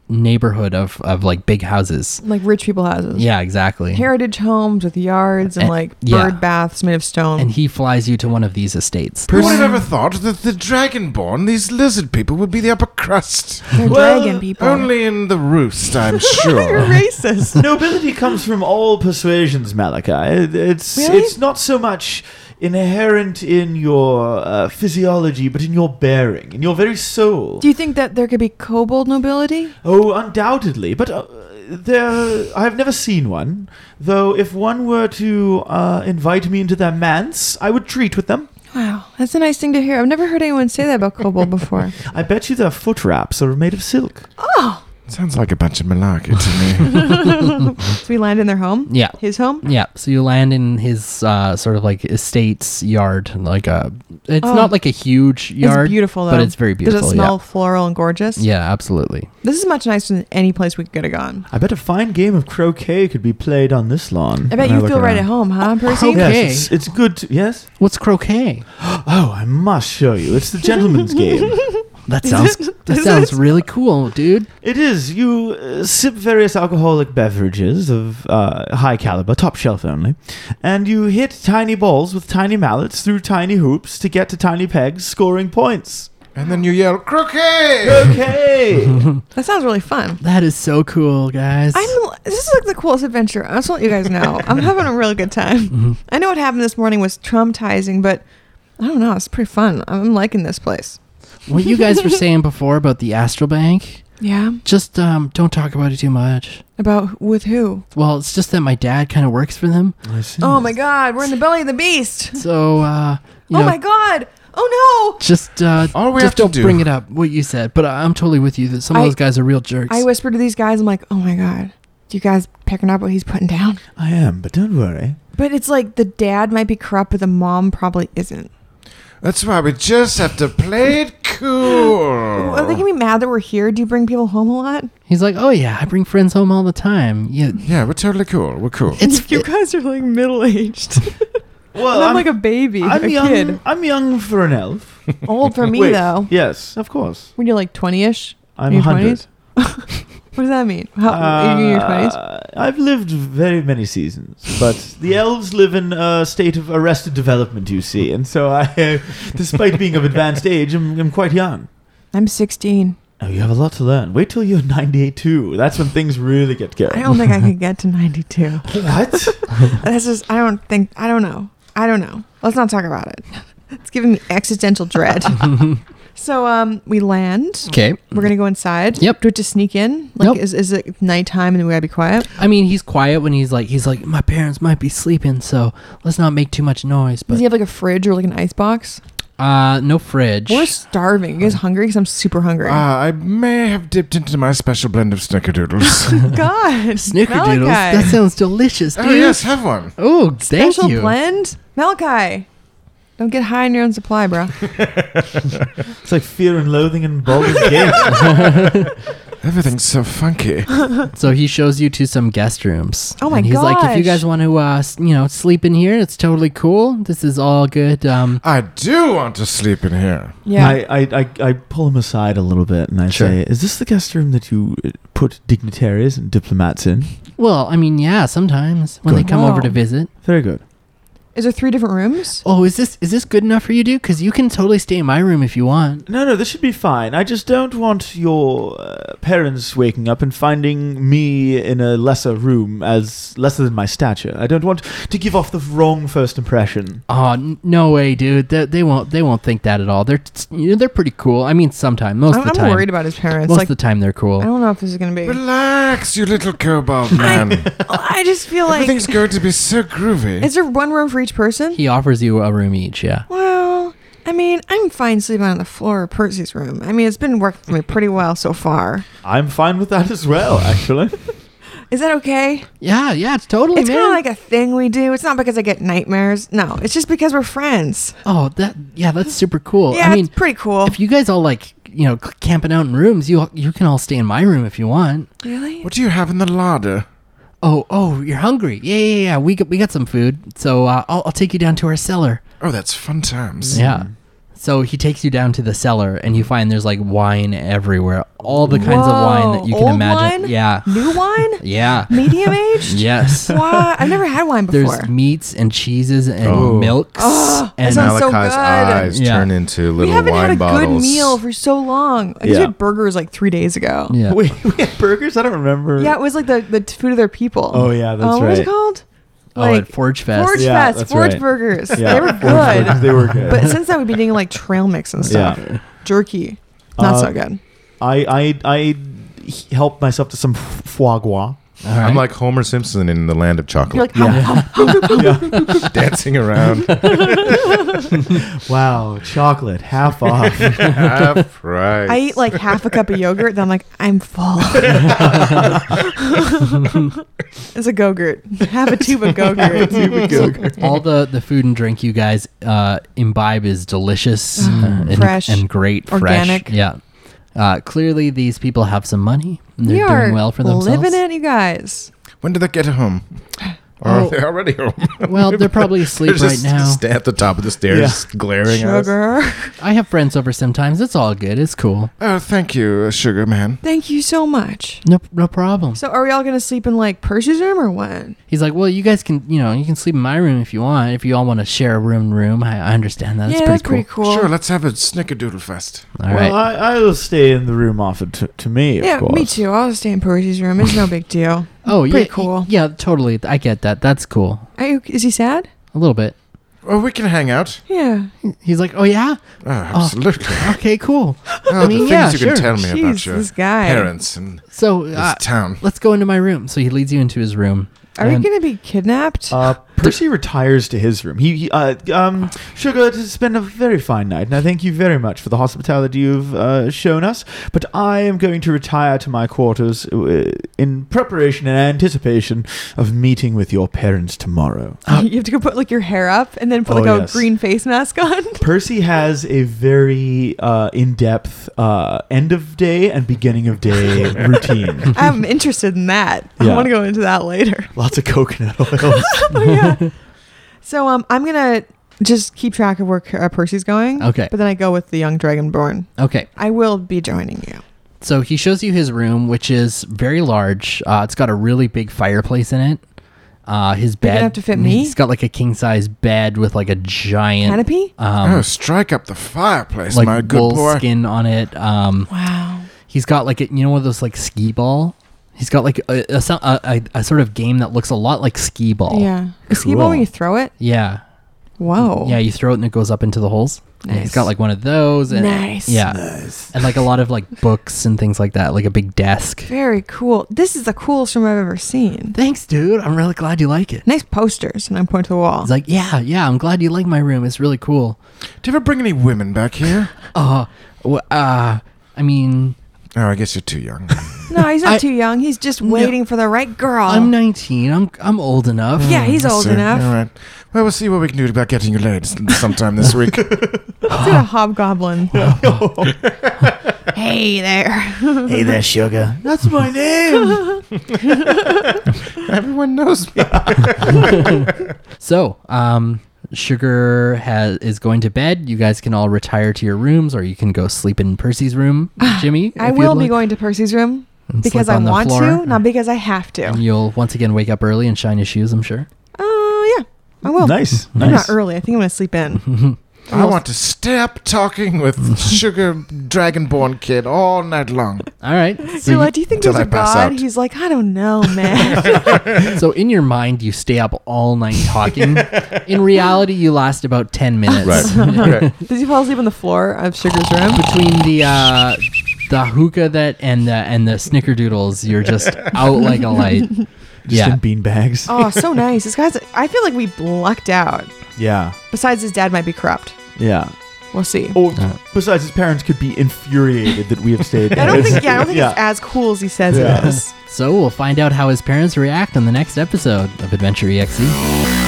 D: neighborhood of of like big houses.
A: like rich people houses.
D: Yeah, exactly.
A: Heritage homes with yards and
D: And-
A: like
D: yeah.
A: bird baths made of stone.
D: and he flies you to one of these estates.
C: Who would have ever thought that the Dragonborn, these lizard people, would be the upper crust?
A: [LAUGHS] They're
B: Well,
A: dragon people.
C: Only in the roost,
A: [LAUGHS]
C: I'm
A: You're
C: sure.
B: [LAUGHS]
A: racist.
B: Nobility comes from all persuasions, Malachi. It- It's
A: Really?
B: it's not so much inherent in your uh, physiology, but in your bearing, in your very soul.
A: Do you think that there could be kobold nobility?
B: Oh, undoubtedly, but uh, there I have never seen one. Though, if one were to uh, invite me into their manse, I would treat with them.
A: Wow, that's a nice thing to hear. I've never heard anyone say that about kobold before.
B: I bet you their foot wraps are made of silk.
A: Oh,
C: Sounds like a bunch of malarkey to me.
A: so we land in their home.
D: Yeah.
A: his home.
D: Yeah, so you land in his uh, sort of like estate's yard, like a. It's
A: Oh.
D: not like a huge yard,
A: it's beautiful though.
D: but it's very beautiful.
A: Does it smell floral and gorgeous?
D: Yeah, yeah, absolutely.
A: This is much nicer than any place we could have gone.
B: I bet a fine game of croquet could be played on this lawn.
A: I bet
B: And
A: you
B: look
A: feel right
B: around.
A: at home, huh,
D: [LAUGHS]
A: Percy?
D: Croquet.
B: Yes, it's, it's good. To, yes.
D: What's croquet?
B: Oh, I must show you. It's the
A: [LAUGHS]
B: gentleman's game.
D: That sounds that sounds really cool, dude.
B: It is. You uh, sip various alcoholic beverages of uh, high caliber, top shelf only, and you hit tiny balls with tiny mallets through tiny hoops to get to tiny pegs, scoring points.
C: and then you yell, Croquet!
A: [LAUGHS]
B: Okay.
A: That sounds really fun.
D: That is so cool, guys.
A: I'm. This is like the coolest adventure. I just want you guys to know.
D: [LAUGHS]
A: I'm having a real good time.
D: Mm-hmm.
A: I know what happened this morning was traumatizing, but I don't know. It's pretty fun. I'm liking this place.
D: what you guys were saying before about the astral bank,
A: Yeah.
D: just um, don't talk about it too much.
A: About wh- with who?
D: Well, it's just that my dad kind of works for them,
A: Oh my God! We're in the belly of the beast.
D: so uh, you
A: oh
D: know,
A: my God! Oh no!
D: just uh,
C: All we
D: just
C: have
D: don't
C: to do-
D: bring it up what you said. But I- I'm totally with you that some of
A: I-
D: those guys are real jerks.
A: I whispered to these guys. I'm like, oh my God! You guys picking up what he's putting down?
B: I am, but don't worry.
A: But it's like the dad might be corrupt, but the mom probably isn't.
C: That's why we just have to play it cool.
A: Are they gonna be mad that we're here? Do you bring people home a lot? [LAUGHS]
D: He's like, oh yeah, I bring friends home all the time. Yeah,
C: yeah, we're totally cool. We're cool.
D: it's
A: You guys are like middle aged.
B: Well,
A: I'm, like a baby,
B: I'm
A: a
B: young.
A: kid.
B: I'm young for an elf.
A: Old for me
B: Wait,
A: though.
B: Yes, of course.
A: When you're like 20 ish?
B: I'm
A: Your
B: 100.
A: 20s? What does that mean? How, are you in your 20s?
B: Uh, I've lived very many seasons, but
A: [LAUGHS]
B: the elves live in a state of arrested development, you see, and so I, [LAUGHS] uh, despite being of advanced age, I'm, I'm quite young.
A: I'm 16.
B: Oh, you have a lot to learn. Wait till you're 98 too. That's when things really get
A: I
B: going.
A: don't think I could get to
B: [LAUGHS]
A: 92.
B: What?
A: That's just, I don't think, I don't know. I don't know. Let's not talk about it. It's giving me existential
B: [LAUGHS]
A: dread. so um, we land.
D: okay.
A: We're going to go inside.
D: Yep.
A: Do we have to sneak in? Like,
D: Nope.
A: is, is it nighttime and we got to be quiet?
D: I mean, he's quiet when he's like, he's like, my parents might be sleeping, so let's not make too much noise.
A: Does
D: But
A: he have like a fridge or like an ice box?
D: uh, no fridge.
A: We're starving. You
D: Oh.
A: guys hungry? Because I'm super hungry.
C: Ah, I may have dipped into my special blend of
A: [LAUGHS]
C: snickerdoodles.
A: God.
D: Snickerdoodles.
A: Malachi.
D: That sounds delicious, dude.
C: oh, yes, have one.
D: Oh, thank
A: Special
D: you.
A: blend? Malachi. Don't get high on your own supply,
D: [LAUGHS]
A: bro.
B: It's like fear and loathing and
A: [LAUGHS]
B: Baldur's Gate.
C: Everything's so funky.
D: So he shows you to some guest rooms.
A: Oh my
D: and he's like, if you
A: gosh.
D: guys want to, uh, s- you know, sleep in here, it's totally cool. This is all good. Um,
C: I do want to sleep in here.
A: Yeah.
B: I, I, I, I pull him aside a little bit and I
D: Sure.
B: say, "Is this the guest room that you uh, put dignitaries and diplomats in?"
D: well, I mean, yeah, sometimes when they
B: Good.
D: come over
A: Wow.
D: to visit.
B: Very good.
A: Is there three different rooms?
D: Oh, is this is this good enough for you, dude? Because you can totally stay in my room if you want.
B: No, no, this should be fine. I just don't want your uh, parents waking up and finding me in a lesser room as lesser than my stature. I don't want to give off the wrong first impression.
D: Oh n- no way, dude! They, they won't. They won't think that at all. They're t- you know, they're pretty cool. I mean, sometimes most
A: I'm,
D: of the
A: I'm
D: time,
A: worried about his parents.
D: most
A: like,
D: of the time they're
A: I
D: cool.
A: don't know if this is going to
D: [LAUGHS]
A: be.
C: Relax, you little kobold man.
A: I just feel like.
C: Everything's going to be so groovy.
A: Is there one room for each person?
D: He offers you a room each. Yeah.
A: well, I mean, I'm fine sleeping on the floor of Percy's room. I mean, it's been working for me pretty well so far.
B: I'm fine with that as well, [LAUGHS] actually.
A: Is that okay?
D: Yeah, yeah, it's totally.
A: it's
D: man.
A: kind of like a thing we do. It's not because I get nightmares. No, it's just because we're friends.
D: oh, that yeah, that's super cool.
A: yeah,
D: I mean,
A: it's pretty cool.
D: if you guys all like you know c- camping out in rooms, you you can all stay in my room if you want.
A: really?
C: what do you have in the larder?
D: Oh, oh, you're hungry? Yeah, yeah, yeah. We got, we got some food, so uh, I'll I'll take you down to our cellar.
C: Oh, that's fun times.
D: Yeah. So he takes you down to the cellar, and you find there's like wine everywhere, all the kinds of wine that
A: Whoa,
D: you can
A: old
D: imagine.
A: wine?
D: Yeah,
A: New wine? [LAUGHS]
D: [LAUGHS] yeah.
A: Medium aged?
D: Yes.
A: Why? I've never had wine
D: There's
A: before.
D: meats and cheeses and
E: Oh.
D: milks
A: [GASPS] Oh, that
D: and
A: sounds so
E: Malachi's
A: good.
E: eyes
D: Yeah.
E: turn into
A: we
E: little
A: haven't
E: wine
A: had a good
E: bottles.
A: meal for so long. I guess
B: Yeah.
A: we had burgers like three days ago. Yeah,
B: [LAUGHS]
D: yeah.
B: we, we had burgers? I don't remember.
A: it was like the, the food of their people.
B: Oh, yeah, that's
A: Uh, What was it
B: right.
A: called?
D: oh,
A: Like,
D: at Forge Fest.
A: Forge
B: Yeah,
A: Fest,
B: that's
A: Forge
B: right.
A: Burgers.
B: Yeah,
A: They were
B: Forge Burgers,
A: good.
B: [LAUGHS] they were good.
A: But since then, we've been eating like trail mix and stuff.
B: yeah,
A: Jerky. Not
B: Uh,
A: so good.
B: I I I helped myself to some f-
A: [LAUGHS]
B: foie gras.
E: I'm like Homer Simpson in the land of
A: You're
E: chocolate,
A: like, hum, hum.
E: dancing
A: [LAUGHS]
E: around
B: Wow, chocolate half
A: [LAUGHS]
B: off. [LAUGHS]
E: half price.
A: I eat like half a cup of yogurt, then I'm like, I'm [LAUGHS] full. it's a go-gurt. Have a tube of go-gurt.
D: all the, the food and drink you guys uh, imbibe is delicious and,
A: Mm-hmm. Fresh.
D: and great, fresh.
A: Organic.
D: Yeah. Uh, clearly, these people have some money.
A: [LAUGHS]
D: and
A: We
D: They're
A: are
D: doing well for themselves.
A: living it, you guys.
E: when do they get home? Or
D: Oh.
E: are they already home?
D: Well,
E: [LAUGHS]
D: they're probably
E: They're
D: asleep right
E: just
D: now.
E: sta- at the top of the stairs, glaring at us.
A: Sugar.
D: I have friends over sometimes. It's all good. It's cool.
E: Oh, thank you, uh, Sugar Man.
A: Thank you so much.
D: No, no problem.
A: So are we all gonna sleep in like Percy's room or what?
D: He's like, well, you guys can, you know, you can sleep in my room if you want. If you all want to share a room, room, I, I understand that.
A: yeah,
D: it's pretty
A: that's
D: cool.
A: pretty cool.
E: Sure, let's have a snickerdoodle fest.
D: All right.
B: Well, I, I'll stay in the room offered to, to me, of
A: yeah,
B: course.
A: me too. I'll stay in Percy's room. It's no big deal.
D: oh, yeah,
A: pretty cool.
D: Yeah, totally. I get that. That's cool.
A: Are you, is he sad?
D: A little bit.
E: Oh, we can hang out.
A: Yeah.
D: He's like, oh yeah,
E: Oh,
D: [LAUGHS]
E: absolutely.
D: okay, cool.
E: Oh,
D: I mean,
E: the things
D: yeah,
E: you
D: sure.
E: can tell me about
A: Jeez,
E: your
A: this guy.
E: parents and
D: So
E: this
D: uh,
E: town.
D: let's go into my room. So he leads you into his room.
A: Are we
D: And-
A: gonna be kidnapped?
B: Uh, Percy retires to his room. He, he uh, um, Sugar, it has been a very fine night, and I thank you very much for the hospitality you've uh, shown us. But I am going to retire to my quarters uh, in preparation and anticipation of meeting with your parents tomorrow.
A: [LAUGHS] you have to go put like your hair up and then put
B: Oh,
A: like a
B: yes.
A: green face mask on.
B: Percy has a very uh, in-depth uh, end of day and beginning of day [LAUGHS] routine.
A: [LAUGHS] I'm interested in that.
B: Yeah.
A: I want to go into that later. [LAUGHS]
B: Lots of coconut oils.
A: oh
D: [LAUGHS]
A: yeah. So um, I'm gonna just keep track of where uh, Percy's going.
D: Okay.
A: But then I go with the young dragonborn.
D: Okay.
A: I will be joining you.
D: So he shows you his room, which is very large. Uh, it's got a really big fireplace in it. Uh, his
A: Big
D: bed.
A: enough to fit me?
D: He's got like a king size bed with like a giant
A: Canopy.
D: Um,
E: oh, strike up the fireplace,
D: like
E: my
D: wool
E: good boy.
D: skin on it. Um,
A: Wow.
D: he's got like a, you know one of those like skee ball. He's got like a, a, so- a, a, a sort of game that looks a lot like skee ball.
A: yeah. Is he ball when
B: cool.
A: you throw it?
D: Yeah.
A: Whoa.
D: Yeah, you throw it and it goes up into the holes. Yeah, he's
A: Oh. Nice.
D: got like one of those. And,
A: Nice.
D: Yeah. And like a lot of like books and things like that, like a big desk.
A: Very cool. This is the coolest room I've ever seen.
D: Thanks, dude. I'm really glad you like it.
A: Nice posters, and I point to the wall.
D: He's like, yeah, yeah, I'm glad you like my room. It's really cool.
E: Do you ever bring any women back here?
D: Uh, wh- uh, I mean,
E: Oh, I guess you're too young.
A: no, he's not
D: I-
A: too young. He's just
D: No.
A: waiting for the right girl.
D: I'm 19. I'm I'm old enough.
A: yeah, he's
E: Yes,
A: old
E: sir.
A: enough.
E: All right. Well, we'll see what we can do about getting you laid s- sometime this week.
A: Let's do a
D: [LAUGHS]
A: hobgoblin. hey there.
B: hey there, Sugar. That's my name.
E: Everyone [LAUGHS] knows me.
D: Mm. So, um, Sugar has is going to bed. You guys can all retire to your rooms, or you can go sleep in
A: [SIGHS]
D: Percy's room, Jimmy.
A: I
D: if you'd
A: will be
D: like,
A: going to Percy's room
D: and
A: because
D: sleep
A: I
D: on the
A: want
D: floor. Mm.
A: to, not because I have to.
D: And you'll once again wake up early and shine your shoes. I'm sure.
A: Uh, yeah, I will.
B: nice,
A: I'm
B: nice.
A: not early. I think I'm gonna sleep
D: [LAUGHS]
A: in.
E: I want to stay up talking with Sugar Dragonborn Kid all night long.
D: All right. So,
A: So,
D: you-
A: like, do you think
E: Till
A: there's a
E: I pass
A: god?
E: out.
A: He's like, I don't
D: [LAUGHS]
A: know, man.
D: so in your mind, you stay up all night talking. in reality, you last about ten
E: [LAUGHS]
D: minutes.
E: okay.
A: Does he fall asleep on the floor of Sugar's
D: [LAUGHS]
A: room?
D: between the uh, the hookah that and the and the snickerdoodles, you're just out like a light.
B: Just
D: yeah.
B: in bean bags.
A: Oh, so nice. This guy's. I feel like we lucked out.
B: Yeah,
A: Besides, his dad might be corrupt.
B: yeah.
A: We'll see.
B: Or besides, his parents could be infuriated that we have stayed.
D: Oh,
A: I don't
B: there. [LAUGHS]
A: think. Yeah, I
D: [LAUGHS]
A: don't think
B: Yeah.
A: it's as cool as he says
B: Yeah.
A: it is.
D: So we'll find out how his parents react on the next episode of Adventure E EXE.